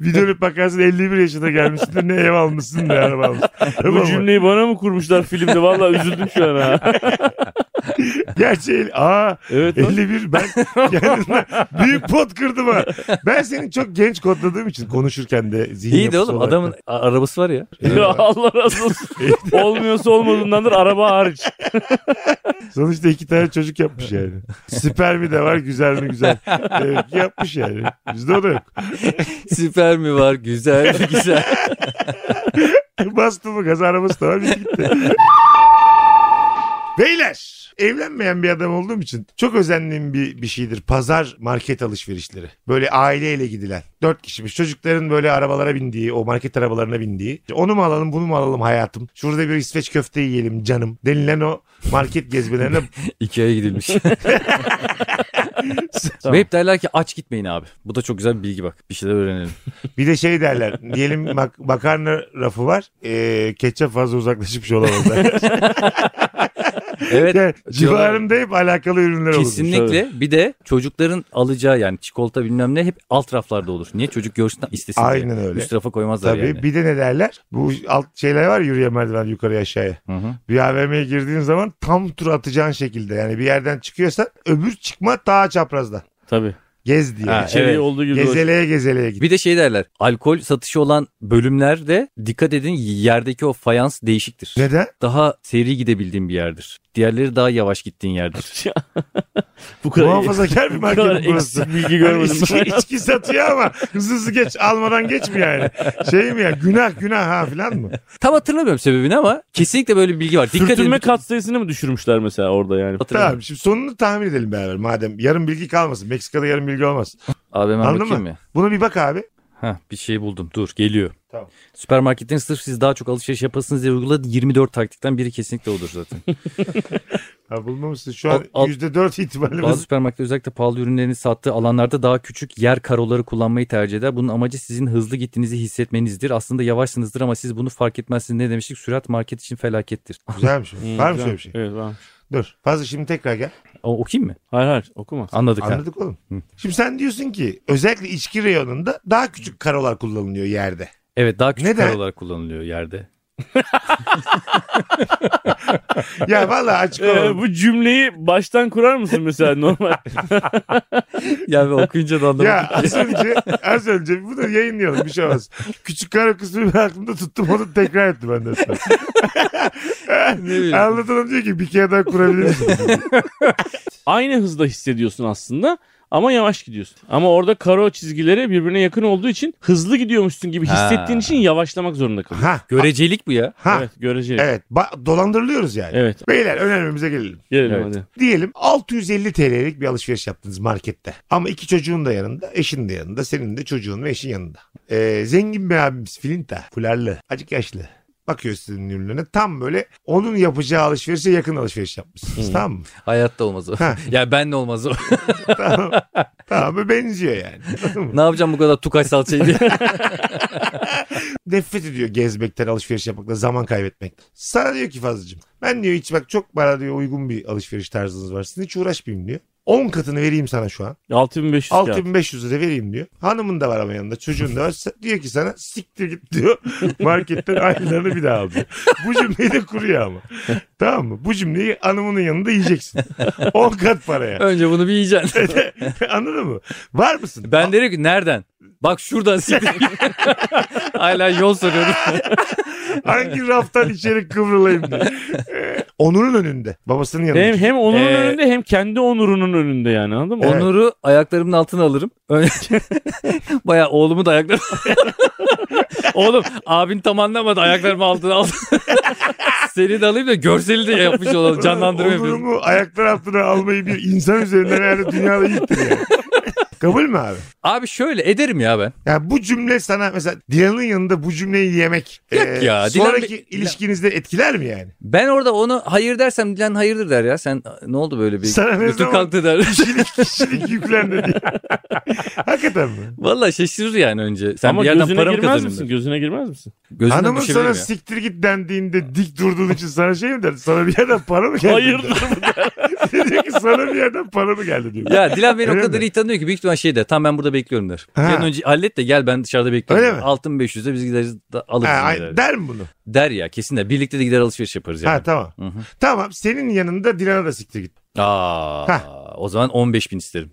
[SPEAKER 1] bir dönüp bakarsın 51 yaşına gelmişsin de ne ev almışsın ne araba almışsın.
[SPEAKER 3] Bu cümleyi bana mı kurmuşlar filmde? Vallahi üzüldüm şu an ha.
[SPEAKER 1] Gerçi el- aa
[SPEAKER 3] Evet. lan.
[SPEAKER 1] 51 ben kendime büyük pot kırdım ha. Ben seni çok genç kodladığım için konuşurken de zihin
[SPEAKER 2] İyi de
[SPEAKER 1] yapısı
[SPEAKER 2] oğlum
[SPEAKER 1] olarak
[SPEAKER 2] adamın
[SPEAKER 1] da.
[SPEAKER 2] a- arabası var ya.
[SPEAKER 1] Evet.
[SPEAKER 3] Allah razı olsun. Olmuyorsa olmadığındandır araba hariç.
[SPEAKER 1] Sonuçta iki tane çocuk yapmış yani. Süper mi de var güzel mi güzel. Demek ki yapmış yani. Bizde o da yok.
[SPEAKER 2] Süper mi var? Güzel mi güzel?
[SPEAKER 1] Bastı mı gaz arabası da var bitti gitti. Beyler evlenmeyen bir adam olduğum için çok özendiğim bir, bir şeydir. Pazar market alışverişleri. Böyle aileyle gidilen. Dört kişimiş. Çocukların böyle arabalara bindiği, o market arabalarına bindiği. Onu mu alalım, bunu mu alalım hayatım? Şurada bir İsveç köfte yiyelim canım denilen o market gezmelerine
[SPEAKER 2] Ikea'ya gidilmiş. Ve hep derler ki aç gitmeyin abi. Bu da çok güzel bir bilgi bak. Bir şeyler öğrenelim.
[SPEAKER 1] Bir de şey derler. Diyelim mak- makarna rafı var. Ee, ketçap fazla uzaklaşmış olamaz.
[SPEAKER 2] Evet.
[SPEAKER 1] yani,
[SPEAKER 2] diyorlar.
[SPEAKER 1] civarımda hep alakalı ürünler olur.
[SPEAKER 2] Kesinlikle. Bir de çocukların alacağı yani çikolata bilmem ne hep alt raflarda olur. Niye? Çocuk görsün istesin diye.
[SPEAKER 1] Aynen öyle.
[SPEAKER 2] Üst rafa koymazlar
[SPEAKER 1] Tabii
[SPEAKER 2] yani.
[SPEAKER 1] bir de ne derler? Bu alt şeyler var yürüyen merdiven yukarıya aşağıya.
[SPEAKER 2] Hı hı.
[SPEAKER 1] Bir AVM'ye girdiğin zaman tam tur atacağın şekilde. Yani bir yerden çıkıyorsan öbür çıkma daha çaprazda.
[SPEAKER 3] Tabii.
[SPEAKER 1] Gez diye.
[SPEAKER 2] Ha, şey
[SPEAKER 3] İçeriği
[SPEAKER 2] Evet.
[SPEAKER 3] Şey olduğu gibi.
[SPEAKER 1] Gezeleye gezeleye git.
[SPEAKER 2] Bir de şey derler. Alkol satışı olan bölümlerde dikkat edin yerdeki o fayans değişiktir.
[SPEAKER 1] Neden?
[SPEAKER 2] Daha seri gidebildiğin bir yerdir. Diğerleri daha yavaş gittiğin yerdir.
[SPEAKER 3] bu kadar,
[SPEAKER 1] Muhafazakar bir
[SPEAKER 3] bu kadar
[SPEAKER 1] market burası.
[SPEAKER 3] eksik bilgi
[SPEAKER 1] Yani
[SPEAKER 3] görmedim.
[SPEAKER 1] içki, içki satıyor ama hızlı hızlı geç almadan geç mi yani? Şey mi ya günah günah ha filan mı?
[SPEAKER 2] Tam hatırlamıyorum sebebini ama kesinlikle böyle bir bilgi var. Dikkat
[SPEAKER 3] Sürtünme
[SPEAKER 2] edin.
[SPEAKER 3] katsayısını mı düşürmüşler mesela orada yani?
[SPEAKER 2] Hatırlamıyorum.
[SPEAKER 1] Tamam şimdi sonunu tahmin edelim beraber madem. Yarım bilgi kalmasın. Meksika'da yarım bilgi olmaz.
[SPEAKER 2] Abi hemen
[SPEAKER 1] Anladın
[SPEAKER 2] bakayım
[SPEAKER 1] mı?
[SPEAKER 2] mı?
[SPEAKER 1] Bunu bir bak abi.
[SPEAKER 2] Ha bir şey buldum. Dur geliyor.
[SPEAKER 1] Tamam.
[SPEAKER 2] Süpermarketin sırf siz daha çok alışveriş yapasınız diye uyguladığı 24 taktikten biri kesinlikle odur zaten.
[SPEAKER 1] Ha, bulmamışsın. Şu an
[SPEAKER 2] Al- al-
[SPEAKER 1] %4 ihtimalle.
[SPEAKER 2] Bazı süpermarketler özellikle pahalı ürünlerini sattığı alanlarda daha küçük yer karoları kullanmayı tercih eder. Bunun amacı sizin hızlı gittiğinizi hissetmenizdir. Aslında yavaşsınızdır ama siz bunu fark etmezsiniz. Ne demiştik? Sürat market için felakettir.
[SPEAKER 1] Güzelmiş.
[SPEAKER 3] Hmm,
[SPEAKER 1] var mı
[SPEAKER 3] güzel.
[SPEAKER 1] şöyle bir şey?
[SPEAKER 3] Evet varmış.
[SPEAKER 1] Dur. Fazla şimdi tekrar gel.
[SPEAKER 2] O, okuyayım mı?
[SPEAKER 3] Hayır hayır okuma.
[SPEAKER 2] Anladık. ha.
[SPEAKER 1] Anladık oğlum. Şimdi sen diyorsun ki özellikle içki reyonunda daha küçük karolar kullanılıyor yerde.
[SPEAKER 2] Evet daha küçük
[SPEAKER 1] Neden?
[SPEAKER 2] karolar kullanılıyor yerde.
[SPEAKER 1] Ya vallahi açık
[SPEAKER 3] Ee,
[SPEAKER 1] olalım.
[SPEAKER 3] bu cümleyi baştan kurar mısın mesela normal?
[SPEAKER 2] Yani okuyunca da anlamadım.
[SPEAKER 1] Ya az önce, az önce bunu yayınlayalım bir şey olmaz. Küçük kara kısmı ben aklımda tuttum onu tekrar ettim ben de sonra.
[SPEAKER 2] ne bileyim.
[SPEAKER 1] Anlatalım diyor ki bir kere daha kurabilir misin?
[SPEAKER 3] Aynı hızda hissediyorsun aslında ama yavaş gidiyorsun. Ama orada karo çizgileri birbirine yakın olduğu için hızlı gidiyormuşsun gibi
[SPEAKER 2] Ha.
[SPEAKER 3] hissettiğin için yavaşlamak zorunda kalıyorsun.
[SPEAKER 1] ha
[SPEAKER 2] Görecelik bu ya.
[SPEAKER 1] ha
[SPEAKER 3] Evet göreceğiz. Evet.
[SPEAKER 1] evet Ba- dolandırılıyoruz yani. Beyler önermemize gelelim.
[SPEAKER 3] Gelelim
[SPEAKER 2] Evet.
[SPEAKER 3] hadi.
[SPEAKER 1] Diyelim 650 TL'lik bir alışveriş yaptınız markette. Ama iki çocuğun da yanında, eşin de yanında, senin de çocuğun ve eşin yanında. Ee, zengin bir abimiz Filinta, fularlı, acık yaşlı. Bakıyor sizin ürünlerine tam böyle onun yapacağı alışverişe yakın alışveriş yapmışsınız tamam mı?
[SPEAKER 2] Hayatta olmaz o.
[SPEAKER 1] Ha.
[SPEAKER 2] ya ben de olmaz o.
[SPEAKER 1] tamam. Tamam benziyor yani. Anladın mı?
[SPEAKER 2] ne yapacağım bu kadar tukay salçayı diye.
[SPEAKER 1] Nefret ediyor gezmekten, alışveriş yapmakla, zaman kaybetmekten. Sana diyor ki Fazlıcığım ben diyor hiç bak çok bana diyor uygun bir alışveriş tarzınız var. Sizin hiç uğraşmayayım diyor. 10 katını vereyim sana şu an.
[SPEAKER 3] 6500 kağıt.
[SPEAKER 1] 6500 lira vereyim diyor. Hanımın da var ama yanında çocuğun da var. Sa- Diyor ki sana siktir git diyor. Marketten aynılarını bir daha al diyor. Bu cümleyi de kuruyor ama. Tamam mı? Bu cümleyi hanımının yanında yiyeceksin. 10 kat paraya.
[SPEAKER 2] Önce bunu bir yiyeceksin.
[SPEAKER 1] Anladın mı? Var mısın?
[SPEAKER 2] ben derim ki nereden? Bak şuradan siktir. Hala yol soruyorum.
[SPEAKER 1] Hangi raftan içeri kıvrılayım diye. Ee, Onur'un önünde. Babasının yanında.
[SPEAKER 3] Hem, hem onurun
[SPEAKER 2] Ee,
[SPEAKER 3] önünde hem kendi onurunun önünde yani anladın mı?
[SPEAKER 1] e, Evet.
[SPEAKER 2] Onur'u ayaklarımın altına alırım. Önce- Bayağı oğlumu da ayaklarım. Oğlum abin tam anlamadı ayaklarımı altına aldı. Seni de alayım da görseli de yapmış olalım. Canlandırma yapıyorum.
[SPEAKER 1] Onurumu ayaklar altına almayı bir insan üzerinden herhalde dünyada ilktir yani. Kabul mü abi?
[SPEAKER 2] Abi şöyle ederim ya ben.
[SPEAKER 1] Yani bu cümle sana mesela Dilan'ın yanında bu cümleyi yemek e,
[SPEAKER 2] Yok ya, Dilan
[SPEAKER 1] sonraki
[SPEAKER 2] bir-
[SPEAKER 1] ilişkinizde etkiler mi yani?
[SPEAKER 2] Ben orada onu hayır dersem Dilan hayırdır der ya. Sen ne oldu böyle bir
[SPEAKER 1] Sana ne
[SPEAKER 2] götür
[SPEAKER 1] zaman- şey
[SPEAKER 2] kalktı der.
[SPEAKER 1] Kişilik, kişilik yüklendi diye. Hakikaten mi?
[SPEAKER 2] Vallahi şaşırır yani önce. Sen
[SPEAKER 3] Ama
[SPEAKER 2] bir yerden
[SPEAKER 3] gözüne
[SPEAKER 2] para mı
[SPEAKER 3] girmez
[SPEAKER 2] kazanıyorsun?
[SPEAKER 3] misin? Gözüne girmez misin?
[SPEAKER 2] Gözünden
[SPEAKER 1] Hanımın
[SPEAKER 2] bir şey
[SPEAKER 1] sana
[SPEAKER 2] vermiyor.
[SPEAKER 1] siktir git dendiğinde dik durduğun için sana şey mi der? Sana bir yerden para mı geldi?
[SPEAKER 3] Hayırdır
[SPEAKER 1] mı der? diyor ki sana bir yerden para mı geldi diyor.
[SPEAKER 2] Ya Dilan beni o
[SPEAKER 1] Öyle
[SPEAKER 2] kadar
[SPEAKER 1] mi?
[SPEAKER 2] iyi tanıyor ki büyük ihtimal şey der. Tamam ben burada bekliyorum der.
[SPEAKER 1] Ha.
[SPEAKER 2] Bir an önce hallet de gel ben dışarıda bekliyorum.
[SPEAKER 1] Öyle mi?
[SPEAKER 2] Altın 500'e biz gideriz da alırız.
[SPEAKER 1] Ha,
[SPEAKER 2] yine
[SPEAKER 1] ay-
[SPEAKER 2] der.
[SPEAKER 1] der mi bunu?
[SPEAKER 2] Der ya kesin der. Birlikte de gider alışveriş yaparız yani.
[SPEAKER 1] Ha tamam.
[SPEAKER 2] Hı hı.
[SPEAKER 1] Tamam senin yanında Dilan'a da siktir git.
[SPEAKER 2] Aa, o zaman 15 bin isterim.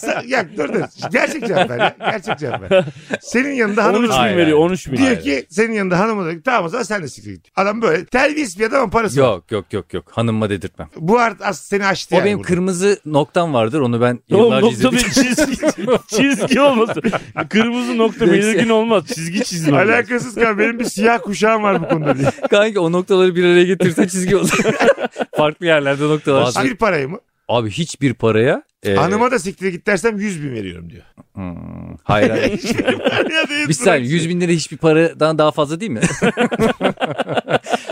[SPEAKER 1] Sen- ya dur dur. Gerçek cevap ver. ya. Gerçek cevap ver. Senin yanında
[SPEAKER 3] 13
[SPEAKER 1] hanımın
[SPEAKER 3] bin
[SPEAKER 2] Hayır,
[SPEAKER 3] veriyor
[SPEAKER 2] hayır.
[SPEAKER 3] 13 bin.
[SPEAKER 1] Diyor
[SPEAKER 2] Hayır.
[SPEAKER 1] ki senin yanında hanım olarak tamam o zaman sen de siktir git. Adam böyle terbiyesiz bir adam ama parası var.
[SPEAKER 2] yok yok yok yok. Hanımma dedirtmem.
[SPEAKER 1] Bu art as- seni açtı
[SPEAKER 2] O
[SPEAKER 1] yani
[SPEAKER 2] benim
[SPEAKER 1] burada.
[SPEAKER 2] kırmızı noktam vardır. Onu ben
[SPEAKER 3] Oğlum
[SPEAKER 2] yıllarca
[SPEAKER 3] nokta
[SPEAKER 2] izledim.
[SPEAKER 3] bir çizgi, çizgi olmasın. Kırmızı nokta
[SPEAKER 2] Neyse.
[SPEAKER 3] belirgin olmaz. Çizgi çizin olmaz.
[SPEAKER 1] Alakasız kan benim bir siyah kuşağım var bu konuda diye.
[SPEAKER 2] Kanka o noktaları bir araya getirse çizgi olur. Farklı yerlerde noktalar.
[SPEAKER 1] Hiçbir parayı mı?
[SPEAKER 2] Abi hiçbir paraya. e,
[SPEAKER 1] Hanıma da siktir git dersem 100 bin veriyorum diyor. şey
[SPEAKER 2] hmm, hayır hayır.
[SPEAKER 1] Ya değil,
[SPEAKER 2] Bir saniye 100 bin lira hiçbir paradan daha fazla değil mi?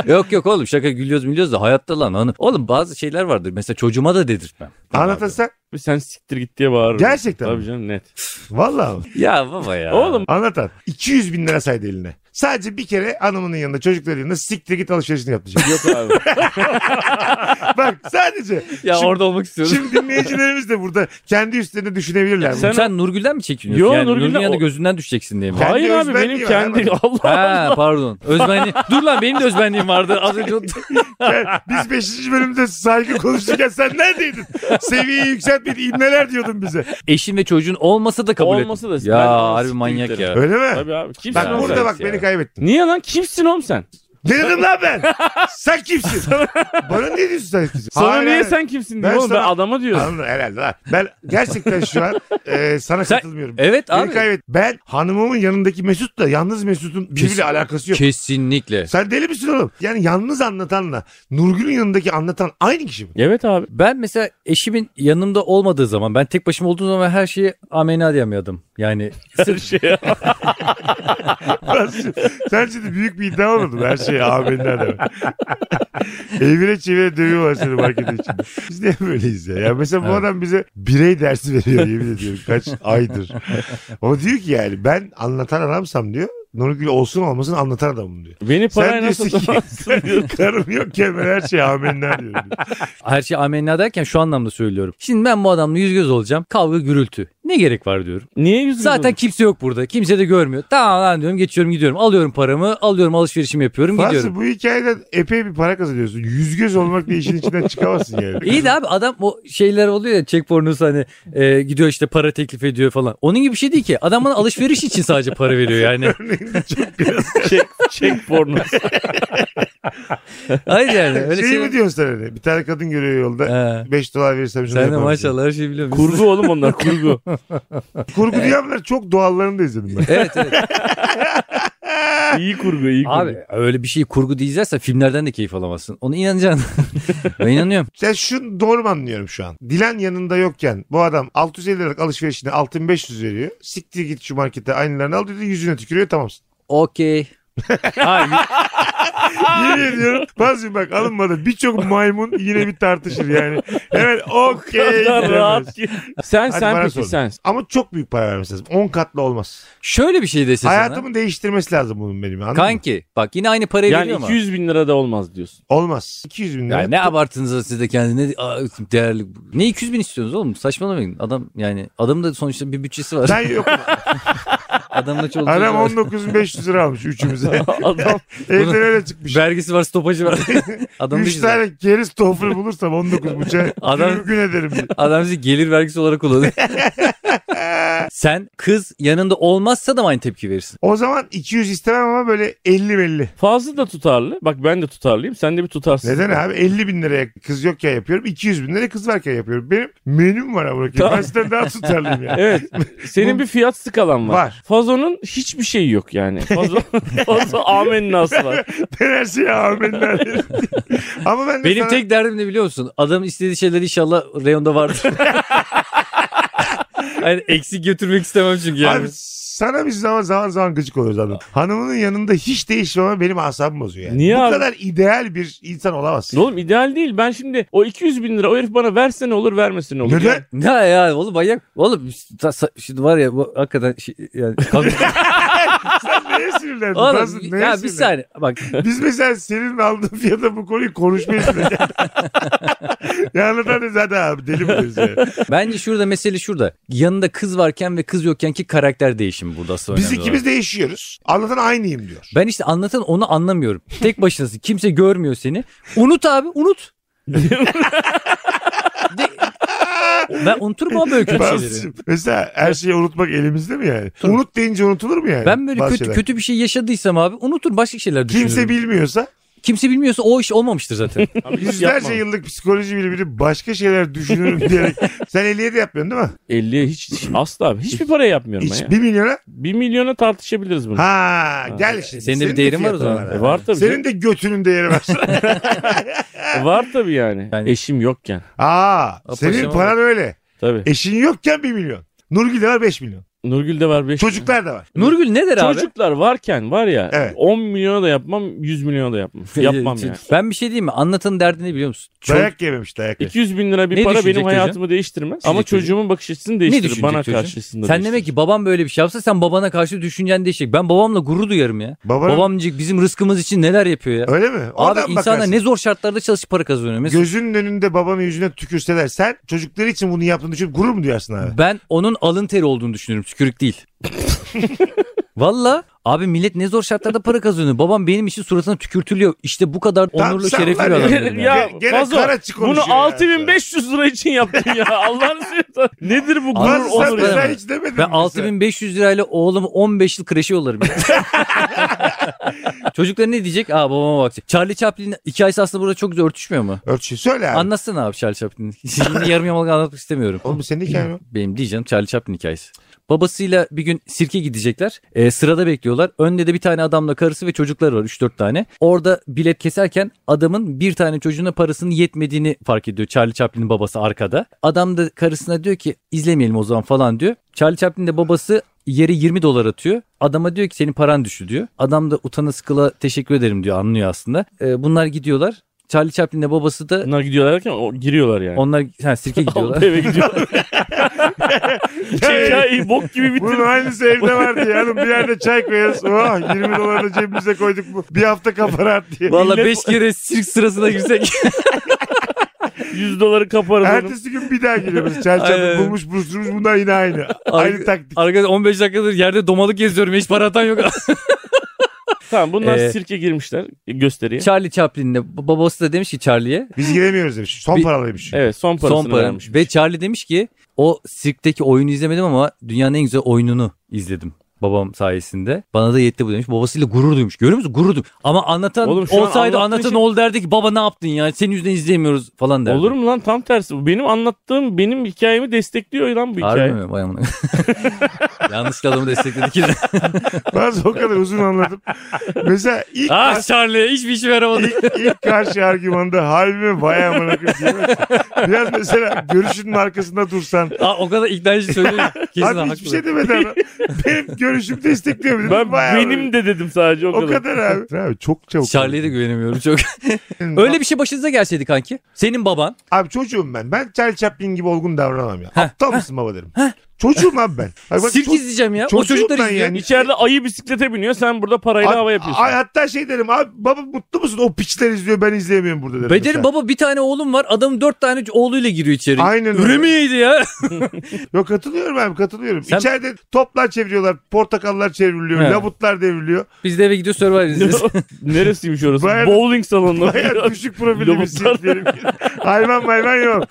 [SPEAKER 2] yok yok oğlum şaka gülüyoruz gülüyoruz da hayatta lan hanım. Oğlum bazı şeyler vardır mesela çocuğuma da dedirtmem.
[SPEAKER 1] Anlatın sen.
[SPEAKER 3] Sen siktir git diye bağırırım.
[SPEAKER 1] Gerçekten
[SPEAKER 3] Tabii
[SPEAKER 1] mi?
[SPEAKER 3] canım net.
[SPEAKER 1] Vallahi mi?
[SPEAKER 2] Ya baba ya.
[SPEAKER 3] Oğlum
[SPEAKER 1] anlatan. 200 bin lira saydı eline. Sadece bir kere hanımının yanında çocukların yanında siktir git alışverişini yapacak.
[SPEAKER 3] yok abi.
[SPEAKER 1] Bak sadece.
[SPEAKER 2] Ya
[SPEAKER 1] şimdi,
[SPEAKER 2] orada olmak istiyorum.
[SPEAKER 1] şimdi dinleyicilerimiz de burada kendi üstlerine düşünebilirler.
[SPEAKER 2] sen,
[SPEAKER 3] Sen-
[SPEAKER 2] Nurgül'den mi çekiniyorsun?
[SPEAKER 3] Yo,
[SPEAKER 2] yani
[SPEAKER 3] Nurgül'den-
[SPEAKER 2] Nurgül'den de
[SPEAKER 3] o-
[SPEAKER 2] gözünden düşeceksin diye mi?
[SPEAKER 1] Kendi
[SPEAKER 3] Hayır abi
[SPEAKER 1] özben
[SPEAKER 3] benim
[SPEAKER 1] diyor,
[SPEAKER 3] kendi
[SPEAKER 1] hayır
[SPEAKER 3] Allah.
[SPEAKER 2] Ha pardon. Özbenliğim. Dur lan benim de özbenliğim vardı. Az önce unuttum.
[SPEAKER 1] Yani biz 5. bölümde saygı konuşurken sen neredeydin? Seviyeyi yükseltmedi ibneler diyordun bize.
[SPEAKER 2] Eşin ve çocuğun olmasa da kabul et.
[SPEAKER 3] Olmasa da
[SPEAKER 2] Ya
[SPEAKER 3] ben ona
[SPEAKER 2] harbi
[SPEAKER 3] siktir
[SPEAKER 2] manyak
[SPEAKER 3] git
[SPEAKER 2] ya.
[SPEAKER 1] Öyle mi?
[SPEAKER 3] Tabii abi. Kimsin
[SPEAKER 1] Bak
[SPEAKER 2] Ya,
[SPEAKER 3] oğlum
[SPEAKER 1] burada
[SPEAKER 2] evet
[SPEAKER 1] bak
[SPEAKER 2] ya.
[SPEAKER 1] beni kaybettin.
[SPEAKER 3] Niye lan kimsin oğlum sen?
[SPEAKER 1] Ne dedim lan ben? Sen kimsin? Bana ne diyorsun sen?
[SPEAKER 3] Sana
[SPEAKER 1] Hayır,
[SPEAKER 3] niye
[SPEAKER 1] hayır.
[SPEAKER 3] sen kimsin
[SPEAKER 1] Ben
[SPEAKER 3] diyor oğlum ben
[SPEAKER 1] sana-
[SPEAKER 3] adama diyorum.
[SPEAKER 1] Anladım herhalde lan. Ben gerçekten şu an e, sana
[SPEAKER 2] Sen-
[SPEAKER 1] katılmıyorum.
[SPEAKER 2] Evet
[SPEAKER 1] Beni
[SPEAKER 2] abi.
[SPEAKER 1] kaybet. Ben hanımımın yanındaki Mesut'la yalnız Mesut'un birbiriyle
[SPEAKER 2] Kesin-
[SPEAKER 1] alakası yok.
[SPEAKER 2] Kesinlikle.
[SPEAKER 1] Sen deli misin oğlum? Yani yalnız anlatanla Nurgül'ün yanındaki anlatan aynı kişi mi?
[SPEAKER 3] Evet abi.
[SPEAKER 2] Ben mesela eşimin yanımda olmadığı zaman ben tek başıma olduğum zaman her şeyi amena diyen bir adam. Yani
[SPEAKER 3] Her şeye.
[SPEAKER 1] Sen şimdi büyük bir iddia olmadı mı? Her şey abinden de. Evire çevire dövüyorlar seni marketin içinde. Biz niye böyleyiz ya? ya mesela bu
[SPEAKER 2] Evet.
[SPEAKER 1] adam bize birey dersi veriyor yemin ediyorum kaç aydır. O diyor ki yani ben anlatan adamsam diyor Nurgül olsun olmasın anlatan adamım diyor.
[SPEAKER 3] Beni
[SPEAKER 1] Sen
[SPEAKER 3] parayla nasıl
[SPEAKER 1] diyorsun ki karım- karım yokken ben her şey amenna diyorum.
[SPEAKER 2] Her şey amenna derken şu anlamda söylüyorum. Şimdi ben bu adamla yüz göz olacağım. Kavga gürültü. Ne gerek var diyorum.
[SPEAKER 3] Niye yüzünü
[SPEAKER 2] Zaten kimse yok burada. Kimse de görmüyor. Tamam lan diyorum geçiyorum gidiyorum. Alıyorum paramı alıyorum alışverişimi yapıyorum gidiyorum.
[SPEAKER 1] Nasıl bu hikayeden epey bir para kazanıyorsun. Yüz göz olmak diye işin içinden çıkamazsın yani.
[SPEAKER 2] İyi de abi adam o şeyler oluyor ya çek pornosu hani e, gidiyor işte para teklif ediyor falan. Onun gibi bir şey değil ki. Adam bana alışveriş için sadece para veriyor yani.
[SPEAKER 1] Örneğinde çok biraz.
[SPEAKER 3] çek, çek porno.
[SPEAKER 2] Hayır yani öyle
[SPEAKER 1] şey,
[SPEAKER 2] şey.
[SPEAKER 1] mi diyorsun sen hani? Bir tane kadın görüyor yolda.
[SPEAKER 2] He.
[SPEAKER 1] 5 dolar verirsem şunu
[SPEAKER 2] Sen de
[SPEAKER 1] yapar mısın?
[SPEAKER 2] maşallah her şeyi biliyorsun.
[SPEAKER 3] kurgu oğlum onlar kurgu.
[SPEAKER 1] Kurgu diyenler çok doğallarını da izledim ben.
[SPEAKER 2] Evet evet.
[SPEAKER 3] İyi kurgu iyi kurgu.
[SPEAKER 2] Abi öyle bir şey kurgu diyeceksen filmlerden de keyif alamazsın. Ona inanacaksın. ben inanıyorum.
[SPEAKER 1] Sen şunu doğru mu anlıyorum şu an? Dilen yanında yokken bu adam 650 liralık alışverişine 6500 veriyor. Siktir git şu markete aynılarını al dedi yüzüne tükürüyor tamamsın.
[SPEAKER 2] Okey. Hayır,
[SPEAKER 1] Yemin ediyorum Bazı bak alınmadı birçok maymun yine bir tartışır yani. Evet okey
[SPEAKER 3] Kadar
[SPEAKER 1] demez.
[SPEAKER 3] rahat ki. Sen
[SPEAKER 1] Hadi
[SPEAKER 3] sen
[SPEAKER 1] bana
[SPEAKER 3] peki
[SPEAKER 1] sorun.
[SPEAKER 3] sen.
[SPEAKER 1] Ama çok büyük para vermesi lazım. 10 katlı olmaz.
[SPEAKER 2] şöyle bir şey dese sana.
[SPEAKER 1] Hayatımı değiştirmesi lazım bunun benim anladın mı?
[SPEAKER 2] Kanki bak yine aynı parayı
[SPEAKER 3] Yani
[SPEAKER 2] veriyor ama.
[SPEAKER 3] 200 bin lira da olmaz diyorsun.
[SPEAKER 1] Olmaz. 200 bin lira.
[SPEAKER 2] Ya ne abarttınız siz de kendine Aa, değerli. Ne 200 bin istiyorsunuz oğlum? Saçmalamayın. Adam yani adamın da sonuçta bir bütçesi var.
[SPEAKER 1] Ben yok.
[SPEAKER 2] Adamın da çok
[SPEAKER 1] Adam 19500 lira almış üçümüze.
[SPEAKER 3] Adam
[SPEAKER 1] Evden öyle çıkmış.
[SPEAKER 2] Vergisi var, stopajı var. Adam
[SPEAKER 1] Üç tane keriz tofil bulursam 19 buçuğa
[SPEAKER 2] Adam-
[SPEAKER 1] Adam... gün ederim. diye.
[SPEAKER 2] Adam bizi gelir vergisi olarak kullanıyor. Sen kız yanında olmazsa da mı aynı tepki verirsin.
[SPEAKER 1] O zaman 200 istemem ama böyle 50 belli.
[SPEAKER 3] fazla da tutarlı. Bak ben de tutarlıyım. Sen de bir tutarsın.
[SPEAKER 1] Neden abi? 50 bin liraya kız yokken yapıyorum. 200 bin liraya kız varken yapıyorum. Benim menüm var ama. Ben
[SPEAKER 3] Tamam.
[SPEAKER 1] sizden daha tutarlıyım yani.
[SPEAKER 3] Evet. Senin bir fiyat skalan var.
[SPEAKER 1] Var.
[SPEAKER 3] Fazonun hiçbir şeyi yok yani. Fazo, fazo amennası var.
[SPEAKER 1] Ben her şeye amenna derim. ama ben de
[SPEAKER 2] Benim
[SPEAKER 1] sana-
[SPEAKER 2] tek derdim ne biliyor musun? Adam istediği şeyler inşallah reyonda vardır. yani eksik götürmek istemem çünkü yani.
[SPEAKER 1] Abi sana biz zaman zaman zaman gıcık oluyoruz adam. Hanımının yanında hiç değişmeme benim asabım bozuyor yani.
[SPEAKER 3] Niye
[SPEAKER 1] Bu
[SPEAKER 3] abi?
[SPEAKER 1] kadar ideal bir insan olamazsın.
[SPEAKER 3] Oğlum ideal değil. Ben şimdi o 200 bin lira o herif bana verse ne olur vermese ne olur.
[SPEAKER 1] Neden?
[SPEAKER 3] Yani
[SPEAKER 2] Ne ya oğlum manyak. Oğlum ta- sa- şimdi var ya bu hakikaten şey, yani.
[SPEAKER 1] Neye sinirlendin? Nasıl-
[SPEAKER 2] oğlum
[SPEAKER 1] neye
[SPEAKER 2] ya bir
[SPEAKER 1] sinirlendin?
[SPEAKER 2] saniye. Bak
[SPEAKER 1] Biz mesela senin aldığın fiyata bu konuyu konuşmayız bile. ya anlatan da zaten abi deli buluyoruz yani.
[SPEAKER 2] bence şurada mesele şurada. Yanında kız varken ve kız yokken ki karakter değişimi burada aslında
[SPEAKER 1] Biz
[SPEAKER 2] önemli olan.
[SPEAKER 1] ikimiz değişiyoruz. Anlatan aynıyım diyor.
[SPEAKER 2] Ben işte anlatan onu anlamıyorum. Tek başınasın. Kimse görmüyor seni. Unut abi unut. De- ben unuturum abi böyle kötü şeyleri.
[SPEAKER 1] Bazı- mesela her şeyi unutmak elimizde mi yani? Unut deyince unutulur mu yani?
[SPEAKER 2] Ben böyle
[SPEAKER 1] Bazı
[SPEAKER 2] kötü
[SPEAKER 1] şeyler.
[SPEAKER 2] kötü bir şey yaşadıysam abi unutur başka şeyler düşünürüm.
[SPEAKER 1] Kimse bilmiyorsa
[SPEAKER 2] Kimse bilmiyorsa o iş olmamıştır zaten.
[SPEAKER 3] abi hiç
[SPEAKER 1] yüzlerce
[SPEAKER 3] yapma.
[SPEAKER 1] yıllık psikoloji bilimini başka şeyler düşünürüm diyerek. Sen 57 de yapmıyorsun değil mi?
[SPEAKER 3] 50'ye hiç, hiç- asla abi. Hiçbir paraya yapmıyorum ben
[SPEAKER 1] Hiç,
[SPEAKER 3] ya.
[SPEAKER 1] 1 milyona.
[SPEAKER 3] 1 milyona tartışabiliriz bunu.
[SPEAKER 1] Ha gel şimdi.
[SPEAKER 2] Senin de bir değerin var o
[SPEAKER 1] fiyatın
[SPEAKER 2] zaman.
[SPEAKER 3] E var tabii.
[SPEAKER 1] Senin de götünün değeri var.
[SPEAKER 3] E var tabii yani.
[SPEAKER 2] Yani-
[SPEAKER 3] Eşim yokken.
[SPEAKER 1] Aa, senin
[SPEAKER 2] paşama
[SPEAKER 1] paran öyle.
[SPEAKER 3] Tabii.
[SPEAKER 1] Eşin yokken 1 milyon. Nurgül de var 5 milyon.
[SPEAKER 3] Nurgül de var 5
[SPEAKER 1] Çocuklar da var.
[SPEAKER 2] Nurgül ne der abi?
[SPEAKER 3] Çocuklar varken var ya
[SPEAKER 1] Evet.
[SPEAKER 3] 10 milyona da yapmam 100 milyona da yapmam. Yapmam yani.
[SPEAKER 2] Ben bir şey diyeyim mi? Anlatanın derdini biliyor musun? Çok...
[SPEAKER 1] Dayak yememiş dayak yemiş.
[SPEAKER 3] 200 bin lira bir
[SPEAKER 2] Ne
[SPEAKER 3] para benim
[SPEAKER 2] düşünecek
[SPEAKER 3] hayatımı değiştirmez.
[SPEAKER 2] Düşünecek
[SPEAKER 3] Ama
[SPEAKER 2] çocuğu.
[SPEAKER 3] çocuğumun bakış açısını
[SPEAKER 2] ne
[SPEAKER 3] değiştirir.
[SPEAKER 2] düşünecek
[SPEAKER 3] Bana
[SPEAKER 2] çocuğun?
[SPEAKER 3] karşısında
[SPEAKER 2] Sen
[SPEAKER 3] değiştirir.
[SPEAKER 2] demek ki babam böyle bir şey yapsa sen babana karşı düşüncen değişecek. Ben babamla gurur duyarım ya.
[SPEAKER 1] Babanın-
[SPEAKER 2] Babam diyecek bizim rızkımız için neler yapıyor ya.
[SPEAKER 1] Öyle mi?
[SPEAKER 2] Abi
[SPEAKER 1] Oradan
[SPEAKER 2] insanlar
[SPEAKER 1] bakarsın.
[SPEAKER 2] ne zor şartlarda çalışıp para kazanıyor. Mesela
[SPEAKER 1] Gözünün önünde babanın yüzüne tükürseler sen çocukları için bunu yaptığını düşünüp gurur mu duyarsın abi?
[SPEAKER 2] Ben onun alın teri olduğunu düşünüyorum. Tükürük değil. Valla abi millet ne zor şartlarda para kazanıyor. Babam benim için suratına tükürtülüyor. İşte bu kadar
[SPEAKER 1] Tamam,
[SPEAKER 2] onurlu
[SPEAKER 1] sen
[SPEAKER 2] şerefli
[SPEAKER 1] var
[SPEAKER 2] bir
[SPEAKER 1] ya.
[SPEAKER 2] adam. dedim yani.
[SPEAKER 3] ya
[SPEAKER 1] Ge- gene
[SPEAKER 3] Fazo,
[SPEAKER 1] Karaçi
[SPEAKER 3] bunu
[SPEAKER 1] konuşuyor ya.
[SPEAKER 3] 6500 lira için yaptın ya. Allah'ını seversen. Nedir bu
[SPEAKER 2] Bazı
[SPEAKER 3] gurur
[SPEAKER 1] Bazı sen
[SPEAKER 3] onur
[SPEAKER 2] de-
[SPEAKER 3] ya?
[SPEAKER 1] mesela
[SPEAKER 2] yani.
[SPEAKER 1] hiç demedin.
[SPEAKER 2] Ben
[SPEAKER 1] mi
[SPEAKER 2] 6500 lirayla oğlumu 15 yıl kreşe yollarım. Çocuklar ne diyecek? Aa babama bak. Charlie Chaplin'in hikayesi aslında burada çok güzel örtüşmüyor mu?
[SPEAKER 1] mesela? Ölçü söyle abi.
[SPEAKER 2] Anlatsana abi Charlie Chaplin'i. Şimdi yarım yamalak anlatmak istemiyorum.
[SPEAKER 1] Oğlum bu senin hikayen o.
[SPEAKER 2] Benim diyeceğim Charlie Chaplin hikayesi. Babasıyla bir gün sirke gidecekler. Ee, sırada bekliyorlar. Önde de bir tane adamla karısı ve çocukları var 3-4 tane. Orada bilet keserken adamın bir tane çocuğuna parasının yetmediğini fark ediyor. Charlie Chaplin'in babası arkada. Adam da karısına diyor ki izlemeyelim o zaman falan diyor. Charlie Chaplin de babası yere 20 dolar atıyor. Adama diyor ki senin paran düştü diyor. Adam da utana sıkıla teşekkür ederim diyor anlıyor aslında. Ee, bunlar gidiyorlar. Charlie Chaplin'le babası da
[SPEAKER 3] Bunlar gidiyorlar derken o, giriyorlar yani.
[SPEAKER 2] onlar ha, sirke gidiyorlar.
[SPEAKER 3] Alıp eve gidiyorlar.
[SPEAKER 1] Ya,
[SPEAKER 3] Hikayeyi bok gibi
[SPEAKER 1] Bunun
[SPEAKER 3] bitirdi.
[SPEAKER 1] aynısı evde vardı ya. Hanım bir yerde çay koyarız. Oh 20 dolarını cebimize koyduk. bu. Bir hafta kafa rahat diye.
[SPEAKER 2] Valla
[SPEAKER 3] Millet-
[SPEAKER 2] 5 kere sirk sırasına girsek.
[SPEAKER 3] 100 doları kaparız. onun.
[SPEAKER 1] Ertesi gün bir daha giriyoruz. Çelçalı
[SPEAKER 2] Aynen.
[SPEAKER 1] bulmuş buluşturmuş bunlar yine aynı. aynı taktik.
[SPEAKER 2] Arkadaş 15 dakikadır yerde domalık geziyorum hiç para atan yok.
[SPEAKER 3] Tamam bunlar
[SPEAKER 2] Ee,
[SPEAKER 3] sirke girmişler gösteriye.
[SPEAKER 2] Charlie Chaplin'le babası da demiş ki Charlie'ye
[SPEAKER 1] Biz giremiyoruz demiş. Son
[SPEAKER 2] Bir-
[SPEAKER 1] paralıymış.
[SPEAKER 3] Evet son parasını
[SPEAKER 2] son para.
[SPEAKER 3] vermiş.
[SPEAKER 2] Ve Charlie demiş ki o sirkteki oyunu izlemedim ama dünyanın en güzel oyununu izledim babam sayesinde. Bana da yetti bu demiş. Babasıyla gurur duymuş. Görüyor musun? Gurur duymuş. Ama anlatan
[SPEAKER 3] Oğlum şu an
[SPEAKER 2] olsaydı
[SPEAKER 3] anlattığın
[SPEAKER 2] anlatan
[SPEAKER 3] şey-
[SPEAKER 2] ol derdi ki baba ne yaptın ya? Senin yüzünden izleyemiyoruz falan derdi.
[SPEAKER 3] Olur mu lan tam tersi. Bu Benim anlattığım benim hikayemi destekliyor lan bu hikaye.
[SPEAKER 2] Harbi mi? Vay amına. Yanlışlıkla adamı destekledi ki.
[SPEAKER 1] Bazı o kadar uzun anladım. Mesela ilk,
[SPEAKER 2] ah Charlie hiçbir şey veremedi.
[SPEAKER 1] ilk, ilk karşı argümanda harbime bayağı amına koyayım diyemezsin. Biraz mesela görüşünün arkasında dursan.
[SPEAKER 2] Aa, o kadar ikna edici söylüyor. Kesin
[SPEAKER 1] Abi hiçbir
[SPEAKER 2] haklı.
[SPEAKER 1] şey demedi ama benim görüşüm destekliyor. dedim.
[SPEAKER 3] Ben
[SPEAKER 1] Bayağı
[SPEAKER 3] benim de dedim sadece o,
[SPEAKER 1] o
[SPEAKER 3] kadar.
[SPEAKER 1] kadar abi. abi çok çabuk.
[SPEAKER 2] Charlie'ye de güvenemiyorum çok. Öyle bir şey başınıza gelseydi kanki. Senin baban.
[SPEAKER 1] Abi çocuğum ben. Ben Charlie Chaplin gibi olgun davranamam ya. Aptal mısın baba derim. Çocuğum abi ben. Ay bak,
[SPEAKER 2] Sirk
[SPEAKER 1] çok-
[SPEAKER 2] izleyeceğim ya.
[SPEAKER 1] çok
[SPEAKER 2] o çocuklar
[SPEAKER 1] ben
[SPEAKER 2] izliyor.
[SPEAKER 1] yani.
[SPEAKER 3] İçeride ayı bisiklete biniyor sen burada parayla
[SPEAKER 1] Ay-
[SPEAKER 3] hava yapıyorsun.
[SPEAKER 1] ay hatta şey derim abi baba mutlu musun o piçler izliyor ben izleyemiyorum burada derim.
[SPEAKER 2] Bederim
[SPEAKER 1] mesela.
[SPEAKER 2] baba bir tane oğlum var. Adamın dört tane oğluyla giriyor içeri.
[SPEAKER 1] Aynen öyle.
[SPEAKER 2] Üremeyeydi ya.
[SPEAKER 1] Yok katılıyorum abi katılıyorum.
[SPEAKER 2] Sen-
[SPEAKER 1] İçeride toplar çeviriyorlar portakallar çevriliyor
[SPEAKER 2] He.
[SPEAKER 1] labutlar devriliyor.
[SPEAKER 2] Biz de eve gidiyor Survivor izliyoruz.
[SPEAKER 3] Neresiymiş orası?
[SPEAKER 1] Bayağı-
[SPEAKER 3] Bowling salonu.
[SPEAKER 1] Bayağı düşük profilli bir
[SPEAKER 3] Labutlar.
[SPEAKER 1] sirklerim. hayvan hayvan yok.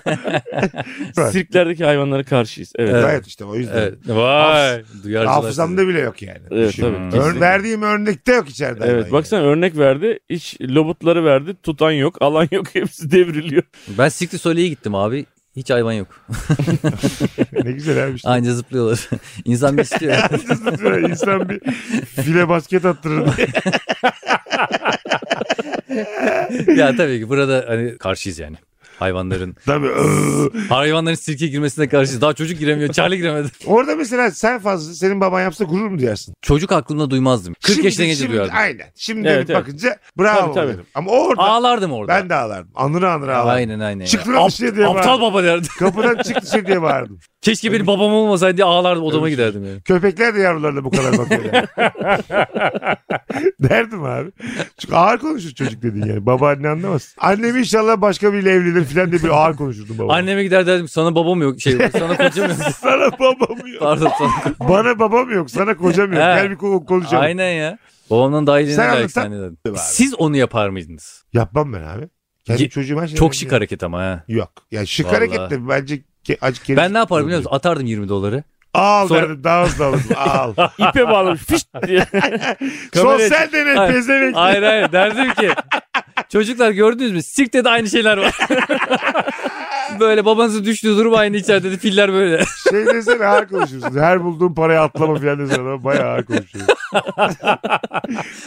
[SPEAKER 3] Sirklerdeki hayvanlara karşıyız. Evet.
[SPEAKER 1] Evet.
[SPEAKER 2] Evet.
[SPEAKER 1] işte o yüzden.
[SPEAKER 2] evet. Vay. Duyarcılar.
[SPEAKER 1] Hafızamda bile yok yani.
[SPEAKER 3] Evet,
[SPEAKER 1] Düşün.
[SPEAKER 3] tabii,
[SPEAKER 1] Ör-
[SPEAKER 3] kesinlikle.
[SPEAKER 1] verdiğim örnekte yok içeride. hayvan
[SPEAKER 3] Evet
[SPEAKER 1] yani.
[SPEAKER 3] baksana örnek verdi. Hiç lobutları verdi. Tutan yok. Alan yok. Hepsi devriliyor.
[SPEAKER 2] Ben Sikri Soleil'e gittim abi. Hiç hayvan yok.
[SPEAKER 1] ne güzel abi işte.
[SPEAKER 2] Anca zıplıyorlar. İnsan bir istiyor.
[SPEAKER 1] Böyle İnsan bir file basket attırır. diye.
[SPEAKER 2] ya tabii ki burada hani karşıyız yani. Hayvanların
[SPEAKER 1] Tabii. ıı.
[SPEAKER 2] hayvanların sirke girmesine karşıyız. Daha çocuk giremiyor. Charlie giremedi.
[SPEAKER 1] Orada mesela sen fazla senin baban yapsa gurur mu duyarsın?
[SPEAKER 2] Çocuk aklımda duymazdım. 40
[SPEAKER 1] Şimdi-
[SPEAKER 2] yaşına gelince
[SPEAKER 1] şimdi-
[SPEAKER 2] duyardım.
[SPEAKER 1] Aynen. Şimdi
[SPEAKER 3] Evet,
[SPEAKER 1] dönüp
[SPEAKER 3] evet.
[SPEAKER 1] bakınca bravo
[SPEAKER 3] Tabii, tabii.
[SPEAKER 1] derim. Ama orada
[SPEAKER 2] Ağlardım orada.
[SPEAKER 1] ben de ağlardım. Anıra anıra ağlardım.
[SPEAKER 2] Aynen aynen.
[SPEAKER 1] Çık
[SPEAKER 2] ya.
[SPEAKER 1] lan
[SPEAKER 2] Ap-
[SPEAKER 1] dışarı diye
[SPEAKER 2] Aptal
[SPEAKER 1] bağırdım.
[SPEAKER 2] baba derdim.
[SPEAKER 1] Kapıdan çık dışarı diye bağırdım.
[SPEAKER 2] Keşke benim babam olmasaydı diye ağlardım odama
[SPEAKER 1] Öyle bir şey.
[SPEAKER 2] giderdim yani.
[SPEAKER 1] Köpekler de yavrularına bu kadar bakıyor. Derdim abi. Çünkü ağır konuşur çocuk dedin yani. Babaanne anlamaz. Annem inşallah başka biriyle evlenir filan diye bir ağır konuşurdum baba.
[SPEAKER 2] Anneme gider derdim sana babam yok şey sana kocam yok.
[SPEAKER 1] Sana babam yok.
[SPEAKER 2] Pardon sana.
[SPEAKER 1] Bana babam yok. Sana kocam yok.
[SPEAKER 2] He.
[SPEAKER 1] Gel bir ko- konuşalım.
[SPEAKER 2] Aynen ya. Babamdan daha iyi
[SPEAKER 1] Sen
[SPEAKER 2] belki
[SPEAKER 1] anlatsan-
[SPEAKER 2] sen de dedim.
[SPEAKER 1] Abi.
[SPEAKER 2] Siz onu yapar mıydınız?
[SPEAKER 1] Yapmam ben abi. Kendi
[SPEAKER 2] Ye-
[SPEAKER 1] çocuğum her şeyden
[SPEAKER 2] Çok
[SPEAKER 1] önce-
[SPEAKER 2] şık hareket ama ha.
[SPEAKER 1] Yok. Yani şık
[SPEAKER 2] Vallahi.
[SPEAKER 1] hareket de bence ke- acık
[SPEAKER 2] Ben ne yapardım biliyor musun? Atardım 20 doları.
[SPEAKER 1] Al
[SPEAKER 2] Sonra-
[SPEAKER 1] derdim. Daha hızlı alırdım. Al.
[SPEAKER 3] İpe bağlamış. Fişt diye. Kameraya
[SPEAKER 1] Sosyal deney
[SPEAKER 2] Ay.
[SPEAKER 1] pezevenk.
[SPEAKER 2] Hayır hayır derdim ki çocuklar gördünüz mü? Sirkte de aynı şeyler var. böyle babanızı düştü durum aynı içeride de filler böyle.
[SPEAKER 1] Şey desene ağır konuşuyorsun. Her bulduğun parayı atlama filan desene. Ama Bayağı ağır konuşuyorsun.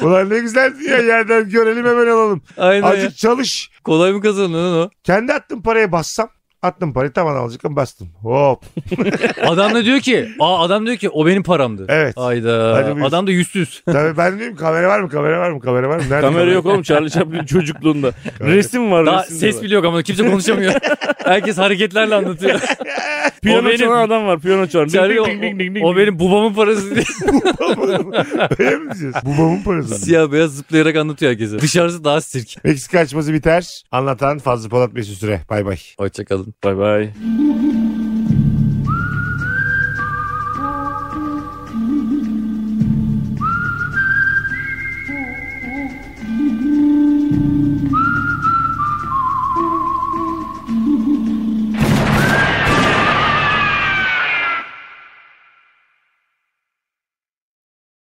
[SPEAKER 1] Ulan ne güzel ya yerden görelim hemen alalım.
[SPEAKER 2] Aynen ya.
[SPEAKER 1] Azıcık çalış.
[SPEAKER 2] Kolay mı kazandın lan o?
[SPEAKER 1] Kendi attığım paraya bassam. Attım parayı tamam alacaktım bastım. Hop.
[SPEAKER 2] Adam da diyor ki aa adam diyor ki o benim paramdı.
[SPEAKER 1] Evet.
[SPEAKER 2] Hayda.
[SPEAKER 1] Hadi buyur.
[SPEAKER 2] Adam da yüzsüz.
[SPEAKER 1] Tabii ben diyorum kamera var mı kamera var mı kamera var mı? Nerede
[SPEAKER 3] Kamera yok oğlum Charlie Chaplin çocukluğunda. Resim var.
[SPEAKER 2] Daha
[SPEAKER 3] resim de
[SPEAKER 2] ses
[SPEAKER 3] var.
[SPEAKER 2] bile yok ama kimse konuşamıyor. Herkes hareketlerle anlatıyor.
[SPEAKER 3] Piyano
[SPEAKER 2] O benim-
[SPEAKER 3] çalan adam var. Piyano çalan. Ding,
[SPEAKER 2] Charlie,
[SPEAKER 3] ding,
[SPEAKER 2] o,
[SPEAKER 3] ding, ding, ding, ding.
[SPEAKER 2] o benim babamın parası diye
[SPEAKER 1] Öyle mi diyeceğiz? Babamın parası.
[SPEAKER 2] siyah beyaz zıplayarak anlatıyor herkese. Dışarısı daha sirk.
[SPEAKER 1] Meksika açması biter. Anlatan Fazlı Polat Mesut Süre. Bay bay.
[SPEAKER 2] Hoşçakalın.
[SPEAKER 3] Bay bay.